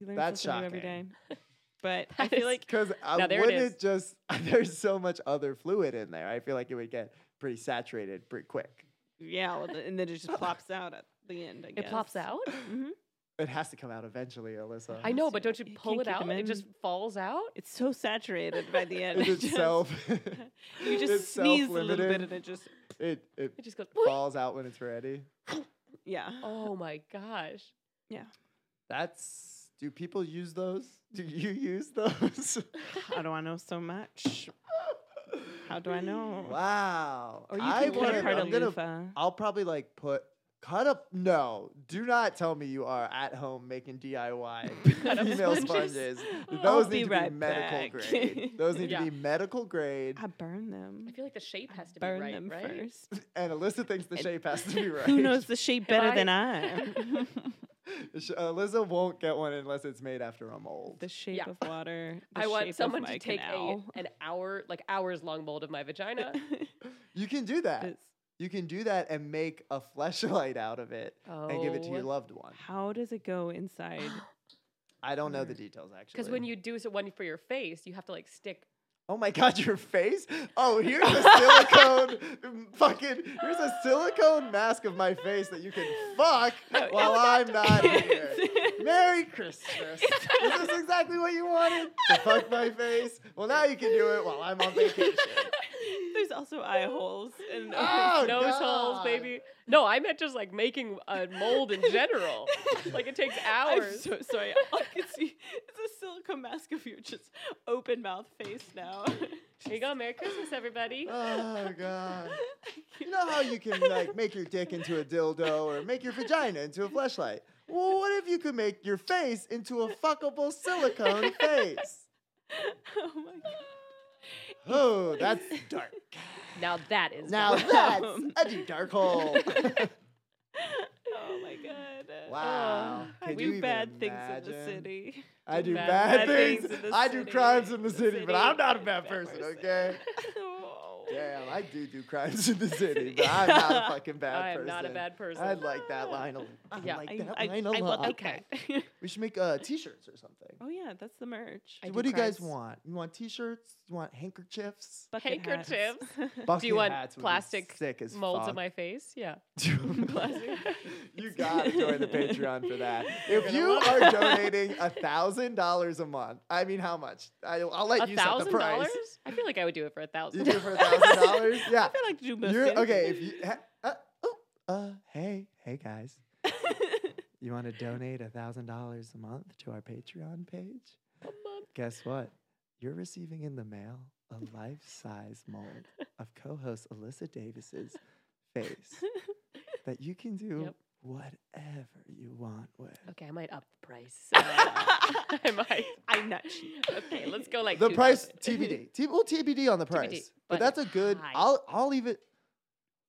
S3: You learn
S2: That's
S3: something new every day.
S2: shocking.
S3: But I
S1: That is-
S3: feel like
S2: Because
S1: Now
S2: I
S1: there it
S2: uh, wouldn't
S1: is.
S2: it just there's so much other fluid in there. I feel like it would get pretty saturated pretty quick.
S3: yeah, well, th- and then it just plops out at the end. I
S1: It
S3: guess
S1: plops out?
S3: hmm
S2: It has to come out eventually, Alyssa.
S1: I know, but don't you
S3: You
S1: pull
S3: can't
S1: it
S3: keep
S1: out?
S3: them
S1: It just
S3: in.
S1: falls out?
S3: It's so saturated by the
S2: It
S3: end. It just-
S2: itself.
S3: you just
S2: it's
S3: sneeze a little bit
S2: self-limited.
S3: and it just
S2: It it
S1: It just goes,
S2: falls out when it's ready.
S3: yeah.
S1: oh my gosh.
S2: That's do people use those? Do you use those?
S3: How do I know so much? How do I know?
S2: Wow.
S3: Or you
S2: I
S3: can cut
S2: wonder-
S3: apart a
S2: I'm gonna-
S3: loofah.
S2: I'll probably like put cut up. No, do not tell me you are at home making DIY
S3: Cut up
S2: female sponges.
S3: sponges. I'll
S2: Those
S3: be
S2: need to
S3: right
S2: be medical
S3: back.
S2: grade. Those need
S1: Yeah.
S2: to be medical grade.
S3: I burn them.
S1: I feel like the shape has to be
S3: burn
S1: right,
S3: them
S1: right?
S3: first.
S2: And Alyssa thinks the
S3: And
S2: shape has to be right.
S3: Who knows the shape better
S1: I-
S3: than I?
S2: Sh- Alyssa won't get one unless it's made after a mold.
S3: the shape
S1: Yeah.
S3: of water. the
S1: I
S3: shape
S1: want
S3: of
S1: someone
S3: my
S1: to take a,
S3: canal.
S1: an hour, like hours long mold of my vagina.
S2: You can do that.
S3: It's-
S2: You can do that and make a fleshlight out of it
S1: oh.
S2: and give it to your loved one.
S3: How does it go inside?
S2: I don't know the
S3: Weird.
S2: details actually.
S1: Because when you do so one for your face, you have to like stick.
S2: Oh my god, your face? Oh, here's a silicone fucking here's a silicone mask of my face that you can fuck while I'm not here. Merry Christmas. Is this exactly what you wanted? To fuck my face? Well now you can do it while I'm on vacation.
S3: There's also eye holes and
S2: Oh,
S1: nose holes,
S2: God.
S1: baby. No, I meant just like making a mold in general. like it takes
S3: I'm
S1: hours.
S3: so sorry. All I can see is a silicone mask of your just open mouth face now.
S1: Here you go. Merry Christmas, everybody.
S2: Oh god. You know how you can like make your dick into a dildo or make your vagina into a fleshlight? Well, what if you could make your face into a fuckable silicone face?
S3: oh my god.
S2: Oh, that's dark.
S1: Now that is
S2: Now
S1: dark.
S2: that's a deep dark hole.
S3: Oh my god.
S2: Wow.
S3: Oh, I
S2: Could you
S3: do
S2: even
S3: bad things in the
S2: imagine?
S3: city.
S2: I do
S1: Bad-
S2: bad,
S1: bad
S2: things.
S3: things in the
S2: I do
S3: city.
S2: crimes in the
S3: The
S2: city, but I'm
S3: city.
S2: not a bad,
S3: Bad
S2: person,
S3: person.
S2: okay?
S3: Oh.
S2: Damn, I do do crimes in the city, but I'm not a fucking bad
S1: I am
S2: person.
S1: not a bad person.
S2: I like that line a lot. I
S1: Yeah,
S2: like
S3: I-
S2: that
S3: I-
S2: line a
S3: I will
S2: lot.
S3: like
S1: Okay.
S3: that.
S2: We should make uh, t-shirts or something.
S3: oh yeah, that's the merch.
S1: I do
S2: what do, you guys
S1: crimes.
S2: want? You want t-shirts? You want handkerchiefs?
S3: Bucket hats.
S1: Do
S2: Bucket
S1: you want
S2: hats would be
S1: plastic
S2: sick as
S1: Molds
S2: fuck.
S1: of my face. Yeah.
S2: you gotta join the Patreon for that.
S1: gonna
S2: If you
S1: love
S2: are donating a thousand dollars a month, I mean, how much? I, I'll let
S1: A
S2: you set the
S1: thousand
S2: price.
S1: dollars? I feel like I would do it for a
S2: You
S1: thousand.
S2: do it for a thousand dollars?
S3: I
S2: Yeah.
S3: feel like do most
S2: You're
S3: anything.
S2: okay. If you, ha- uh, oh, uh, hey, hey guys, you want to donate a thousand dollars a month to our Patreon page?
S1: a month.
S2: Guess what? You're receiving in the mail a life-size mold of co-host Alyssa Davis's face that you can do
S1: Yep.
S2: whatever you want with.
S1: Okay, I might up the price. Uh, I might.
S3: I'm not cheap.
S1: Okay, let's go like
S2: the price
S1: 2,000.
S2: TBD. T- well, TBD on the price,
S1: but
S2: but that's a
S1: it's
S2: good.
S1: high.
S2: I'll I'll even.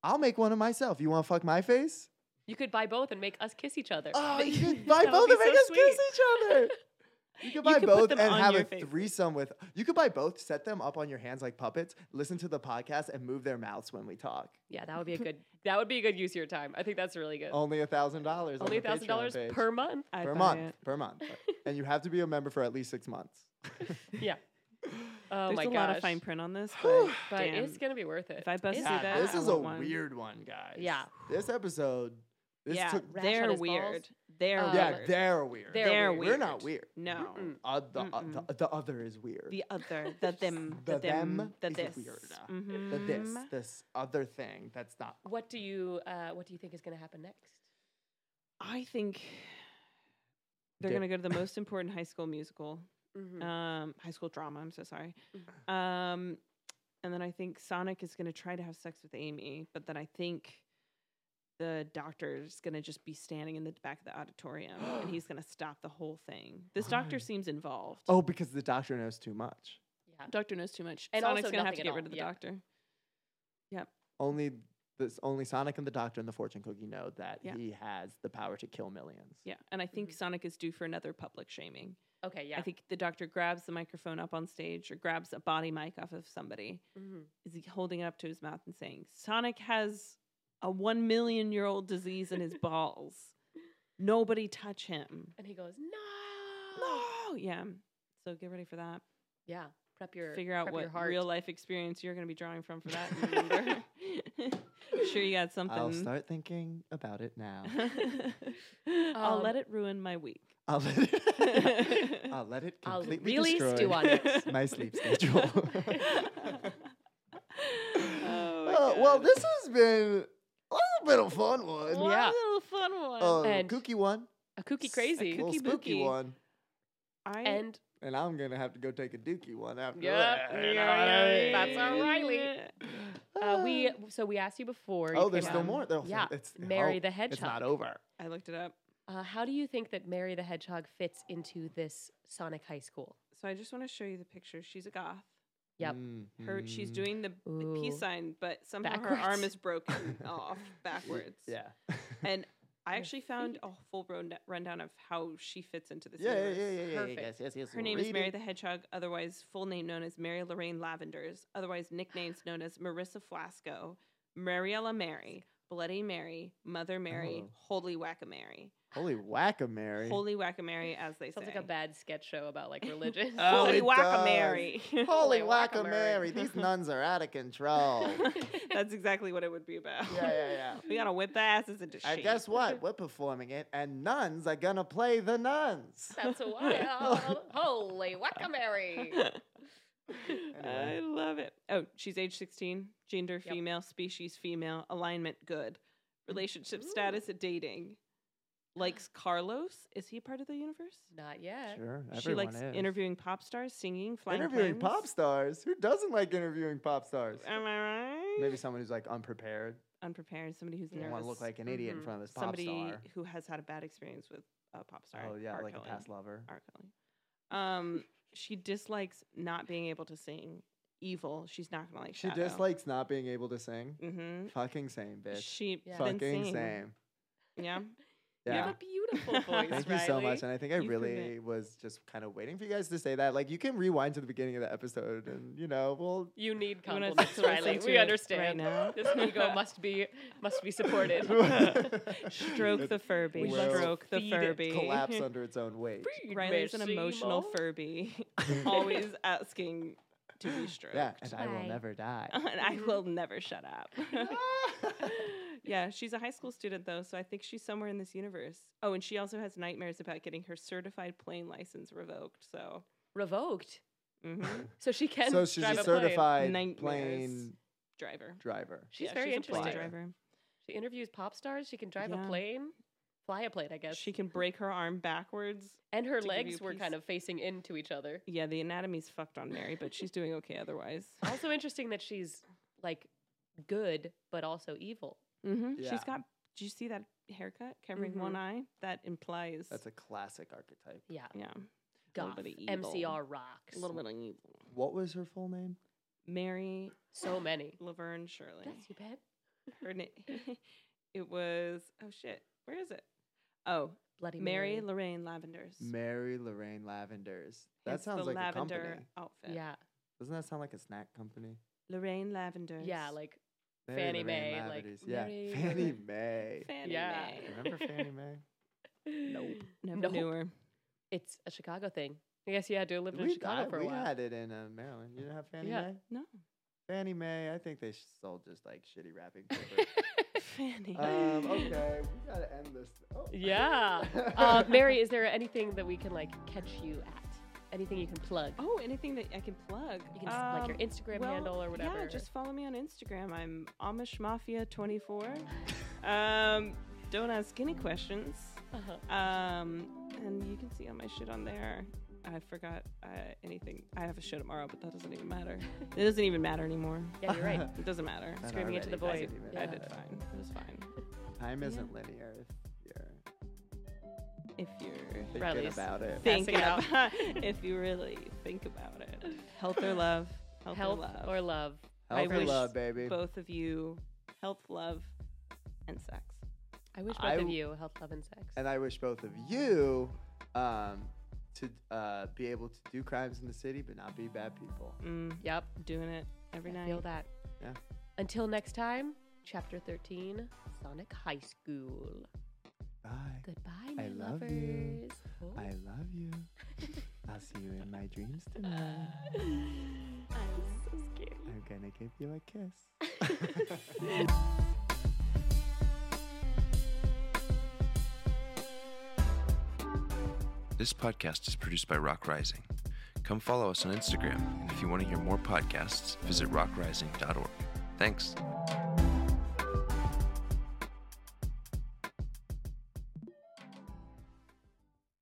S2: I'll make one of myself. You want to fuck my face?
S1: You could buy both and make us kiss each other.
S2: Oh, you could
S1: That
S2: buy
S1: would
S2: both
S1: be
S2: and make
S1: so
S2: us kiss each other. You could buy
S3: could put
S2: both
S3: them
S2: and
S3: on
S2: have
S3: your
S2: a
S3: favorite.
S2: threesome with. You could buy both, set them up on your hands like puppets, listen to the podcast, and move their mouths when we talk.
S1: Yeah, that would be a good. That would be a good use of your time. I think that's really good.
S2: Only a thousand dollars.
S1: Only thousand dollars per month.
S3: I'd
S2: per
S3: buy
S2: month.
S3: it.
S2: Per month, and you have to be a member for at least six months.
S1: Yeah. Oh
S3: There's
S1: my
S3: a
S1: gosh.
S3: lot of fine print on this, but,
S1: but
S3: damn.
S1: it's gonna be worth it.
S3: If I bust
S1: It's
S3: through
S1: not.
S2: God,
S3: that,
S2: this
S3: I
S2: is a
S3: want one.
S2: weird one, guys.
S1: Yeah.
S2: This episode. This
S3: yeah,
S2: took.
S1: Rash on
S3: they're
S1: his balls.
S3: weird. They're
S1: Uh,
S2: Yeah,
S3: weird.
S2: they're weird.
S1: They're
S3: They're
S1: weird.
S2: We're not weird.
S3: No,
S1: Mm-mm.
S2: Uh, the, uh,
S3: Mm-mm.
S2: the, the other is weird.
S3: the other, the them,
S2: The
S3: the, them,
S2: them
S3: the
S2: is
S3: this,
S2: weird.
S1: Mm-hmm.
S2: the this
S3: Mhm.
S2: this other thing that's not
S1: What do you uh, What do you think is gonna happen next?
S3: I think they're
S2: Dip.
S3: gonna go to the most important high school musical,
S1: Mhm.
S3: um, high school drama. I'm so sorry. Um, and then I think Sonic is gonna try to have sex with Amy, but then I think the doctor's gonna just be standing in the back of the auditorium and he's gonna stop the whole thing. This
S2: Why?
S3: doctor seems involved.
S2: Oh, because the doctor knows too much.
S1: yeah.
S3: Doctor knows too much.
S1: And
S3: Sonic's
S1: also
S3: gonna have
S1: nothing
S3: to
S1: at
S3: get
S1: all,
S3: rid of the
S1: yeah.
S3: doctor.
S2: Only this only Sonic and the Doctor and the fortune cookie know that
S3: Yeah.
S2: he has the power to kill millions.
S3: Yeah, and I think
S1: Mhm.
S3: Sonic is due for another public shaming.
S1: Okay. Yeah.
S3: I think the doctor grabs the microphone up on stage or grabs a body mic off of somebody.
S1: Mhm.
S3: Is he holding it up to his mouth and saying, Sonic has a one million year old disease in his balls. Nobody touch him.
S1: And he goes, no.
S3: No. Yeah. So get ready for that.
S1: Yeah. Prep your
S3: Figure out
S1: prep your
S3: what
S1: heart.
S3: real life experience you're going to be drawing from for that. and remember. sure, you got something.
S2: I'll start thinking about it now.
S3: I'll
S1: Um,
S3: let it ruin my week.
S2: I'll let it, I'll let it
S1: I'll
S2: completely
S1: really
S2: destroy
S1: stew on it.
S2: my sleep schedule.
S3: oh,
S2: Uh, well, this has been a little bit of fun one.
S1: What? yeah.
S3: little fun one.
S2: Uh,
S1: And-
S2: kooky one.
S1: a kooky
S3: s- a
S1: crazy.
S2: little
S3: kooky
S2: spooky
S3: booky.
S2: one.
S3: I,
S1: and
S2: And I'm gonna have to go take a dookie one after
S1: Yep.
S2: that. you know
S1: Yeah,
S2: what I
S1: yeah,
S2: mean?
S1: That's our Riley. uh, we
S2: Ah.
S1: so we asked you before.
S2: Oh,
S1: you
S2: there's
S1: came up.
S2: still
S3: on.
S2: more. There's-
S1: Yeah,
S2: it's,
S1: Mary
S2: oh,
S1: the Hedgehog.
S2: It's not over.
S3: I looked it up.
S1: Uh, how do you think that Mary the Hedgehog fits into this Sonic High School?
S3: So I just want to show you the picture. She's a goth.
S1: Yep.
S3: Her she's
S2: Mm,
S3: doing the, the
S1: Ooh.
S3: peace sign, but somehow her arm
S1: Backwards.
S3: is broken off backwards.
S2: Yeah.
S3: And I
S1: Your
S3: actually found a full run- rundown of how she fits into this.
S2: yeah, yeah,
S3: universe.
S2: yeah, yeah, yeah,
S1: Perfect.
S2: yes, yes, yes.
S3: Her name is
S2: read
S3: Mary
S2: it.
S3: the Hedgehog, otherwise full name known as Mary Lorraine Lavenders, otherwise nicknames known as Marissa Flasco, Mariella Mary, Bloody Mary, Mother Mary,
S2: Oh.
S3: Holy Wacka Mary.
S2: Holy whack a Mary.
S3: Holy Wacka Mary, as they
S1: Sounds
S3: say.
S1: like a bad sketch show about like religion.
S2: Oh,
S3: Holy
S2: it
S3: Wacka
S2: does.
S3: Mary.
S2: Holy
S1: Holy
S2: whack a
S1: whack-a-Mary.
S2: Mary. These nuns are out of control.
S3: That's exactly what it would be about.
S2: yeah, yeah, yeah.
S3: We gotta whip the asses into shape.
S2: And guess what? We're performing it, and nuns are gonna play the nuns.
S1: That's wild. Holy whack-a-mary.
S3: I love it. Oh, she's age 16, gender
S1: Yep.
S3: female, species female, alignment good, relationship
S1: Ooh.
S3: status a dating. Likes Carlos. Is he part of the universe?
S1: Not yet.
S2: Sure, everyone
S3: she likes
S2: is.
S3: interviewing pop stars, singing, flying
S2: interviewing
S3: planes.
S2: pop stars. Who doesn't like interviewing pop stars?
S3: Am I right?
S2: Maybe someone who's like unprepared.
S3: Unprepared, somebody who's
S2: Don't
S3: nervous.
S2: want to look like an idiot
S1: Mhm.
S2: in front of this pop
S3: somebody
S2: star.
S3: who has had a bad experience with a pop star.
S2: Oh yeah,
S3: R.
S2: like a
S3: Kelly.
S2: past lover.
S3: R. Kelly. Um, she dislikes not being able to sing. Evil. She's not gonna like.
S2: She dislikes not being able to sing.
S3: Mm-hmm.
S2: Fucking same, bitch.
S3: She
S1: Yeah.
S3: been
S2: Fucking
S3: singing.
S2: same.
S3: Yeah.
S1: You
S2: Yeah.
S1: have a beautiful voice,
S2: Thank you
S1: Riley.
S2: so much. And I think I
S3: You've proven it.
S2: really was just kind of waiting for you guys to say that. Like, you can rewind to the beginning of the episode and, you know, well,
S1: You need
S3: You wanna
S1: compliments,
S3: listen
S1: Riley.
S3: to it
S1: We
S3: right
S1: understand.
S3: now?
S1: This ego must be must be supported.
S3: Stroke the Furby.
S2: We must
S3: Stroke the
S1: feed it.
S3: Furby.
S2: collapse under its own weight.
S3: Riley's an emotional Furby, always asking to be stroked.
S2: Yeah, and I will
S1: Bye.
S2: never die.
S3: and I
S1: Mm-hmm.
S3: will never shut up. yeah, she's a high school student though, so I think she's somewhere in this universe. Oh, and she also has nightmares about getting her certified plane license revoked. So,
S1: revoked.
S3: mhm.
S1: So she can.
S2: so she's
S1: drive
S2: a
S1: a plane.
S2: certified
S3: Nightmares.
S2: plane
S3: driver.
S2: driver.
S1: She's
S3: Yeah,
S1: very
S3: she's a plane
S1: interesting.
S3: driver.
S1: She interviews pop stars. She can drive
S3: Yeah.
S1: a plane, fly a plane, I guess.
S3: She can break her arm backwards.
S1: and her
S3: to give you
S1: legs were
S3: peace.
S1: kind of facing into each other.
S3: Yeah, the anatomy's fucked on Mary, but she's doing okay otherwise.
S1: Also interesting that she's like good but also evil.
S3: hmm
S2: Yeah.
S3: She's got. Do you see that haircut covering one eye? That implies.
S2: That's a classic archetype.
S1: Yeah,
S3: yeah.
S1: goth,
S3: bit of evil.
S1: MCR rocks.
S3: bit of evil.
S2: What was her full name?
S3: Mary
S1: So many.
S3: Laverne Shirley.
S1: That's you, bet.
S3: Her name. it was. Oh shit. Where is it? Oh,
S1: Bloody
S3: Mary Lorraine Lavenders.
S2: Mary Lorraine Lavenders. That
S3: Hence
S2: sounds
S3: the
S2: like
S3: lavender
S2: a company.
S3: outfit.
S1: Yeah.
S2: Doesn't that sound like a snack company?
S3: Lorraine Lavenders.
S1: Yeah, like
S2: Mary
S1: Fannie
S2: Lorraine
S1: Mae, like,
S2: Lavenders, yeah.
S1: Mary
S2: Fannie
S1: Lorraine-
S2: Mae.
S3: Fannie
S1: Yeah.
S3: Mae.
S2: Remember Fannie Mae?
S1: nope.
S3: Never
S1: Nope.
S3: knew her.
S1: It's a Chicago thing. I guess you had to live in
S2: we
S1: Chicago
S2: I-
S1: for a
S2: we
S1: while.
S2: had it in uh, Maryland. You didn't have Fannie
S1: Yeah.
S2: Mae?
S3: No.
S2: Fannie Mae, I think they sh- sold just like shitty wrapping paper.
S3: Fanny.
S2: um, okay, we gotta end this. Oh.
S1: Yeah. uh, Mary, is there anything that we can like catch you at? Anything you can plug?
S3: Oh, anything that I can plug.
S1: You can just, like your
S3: Um,
S1: Instagram
S3: well,
S1: handle or whatever.
S3: Yeah, just follow me on Instagram. I'm Amish Mafia 24. um, don't ask any questions.
S1: Uh-huh.
S3: Um, and you can see all my shit on there. I forgot uh, anything. I have a show tomorrow, but that doesn't even matter. it doesn't even matter anymore.
S1: Yeah, you're right.
S3: It doesn't matter.
S2: That
S1: Screaming into the
S2: already
S1: void.
S2: doesn't even
S3: I
S1: Yeah.
S3: did
S2: matter.
S3: fine. It was fine.
S2: Time
S3: Yeah.
S2: isn't linear if you're
S3: If you're
S2: thinking
S1: Riley's-
S2: about it.
S1: Passing
S3: thinking
S1: out.
S3: about if you really think about it. Health or love. Health,
S1: Health
S3: or love.
S1: or love.
S3: I
S2: Health or
S3: wish
S2: love, baby.
S3: both of you health, love, and sex.
S1: I wish both
S2: I
S1: of
S2: w-
S1: you health, love, and sex.
S2: And I wish both of you um, to uh, be able to do crimes in the city but not be bad people.
S3: Mm,
S1: yep.
S3: doing it every
S1: I
S3: night.
S1: feel that.
S2: Yeah.
S1: Until next time, chapter 13, Sonic High School.
S2: Bye.
S1: Goodbye, my
S2: I love
S1: lovers.
S2: you.
S1: Oh.
S2: I love you. I'll see you in my dreams tonight.
S1: I'm so scared.
S2: I'm gonna give you a kiss.
S5: This podcast is produced by Rock Rising. Come follow us on Instagram, and if you want to hear more podcasts, visit rockrising.org. Thanks.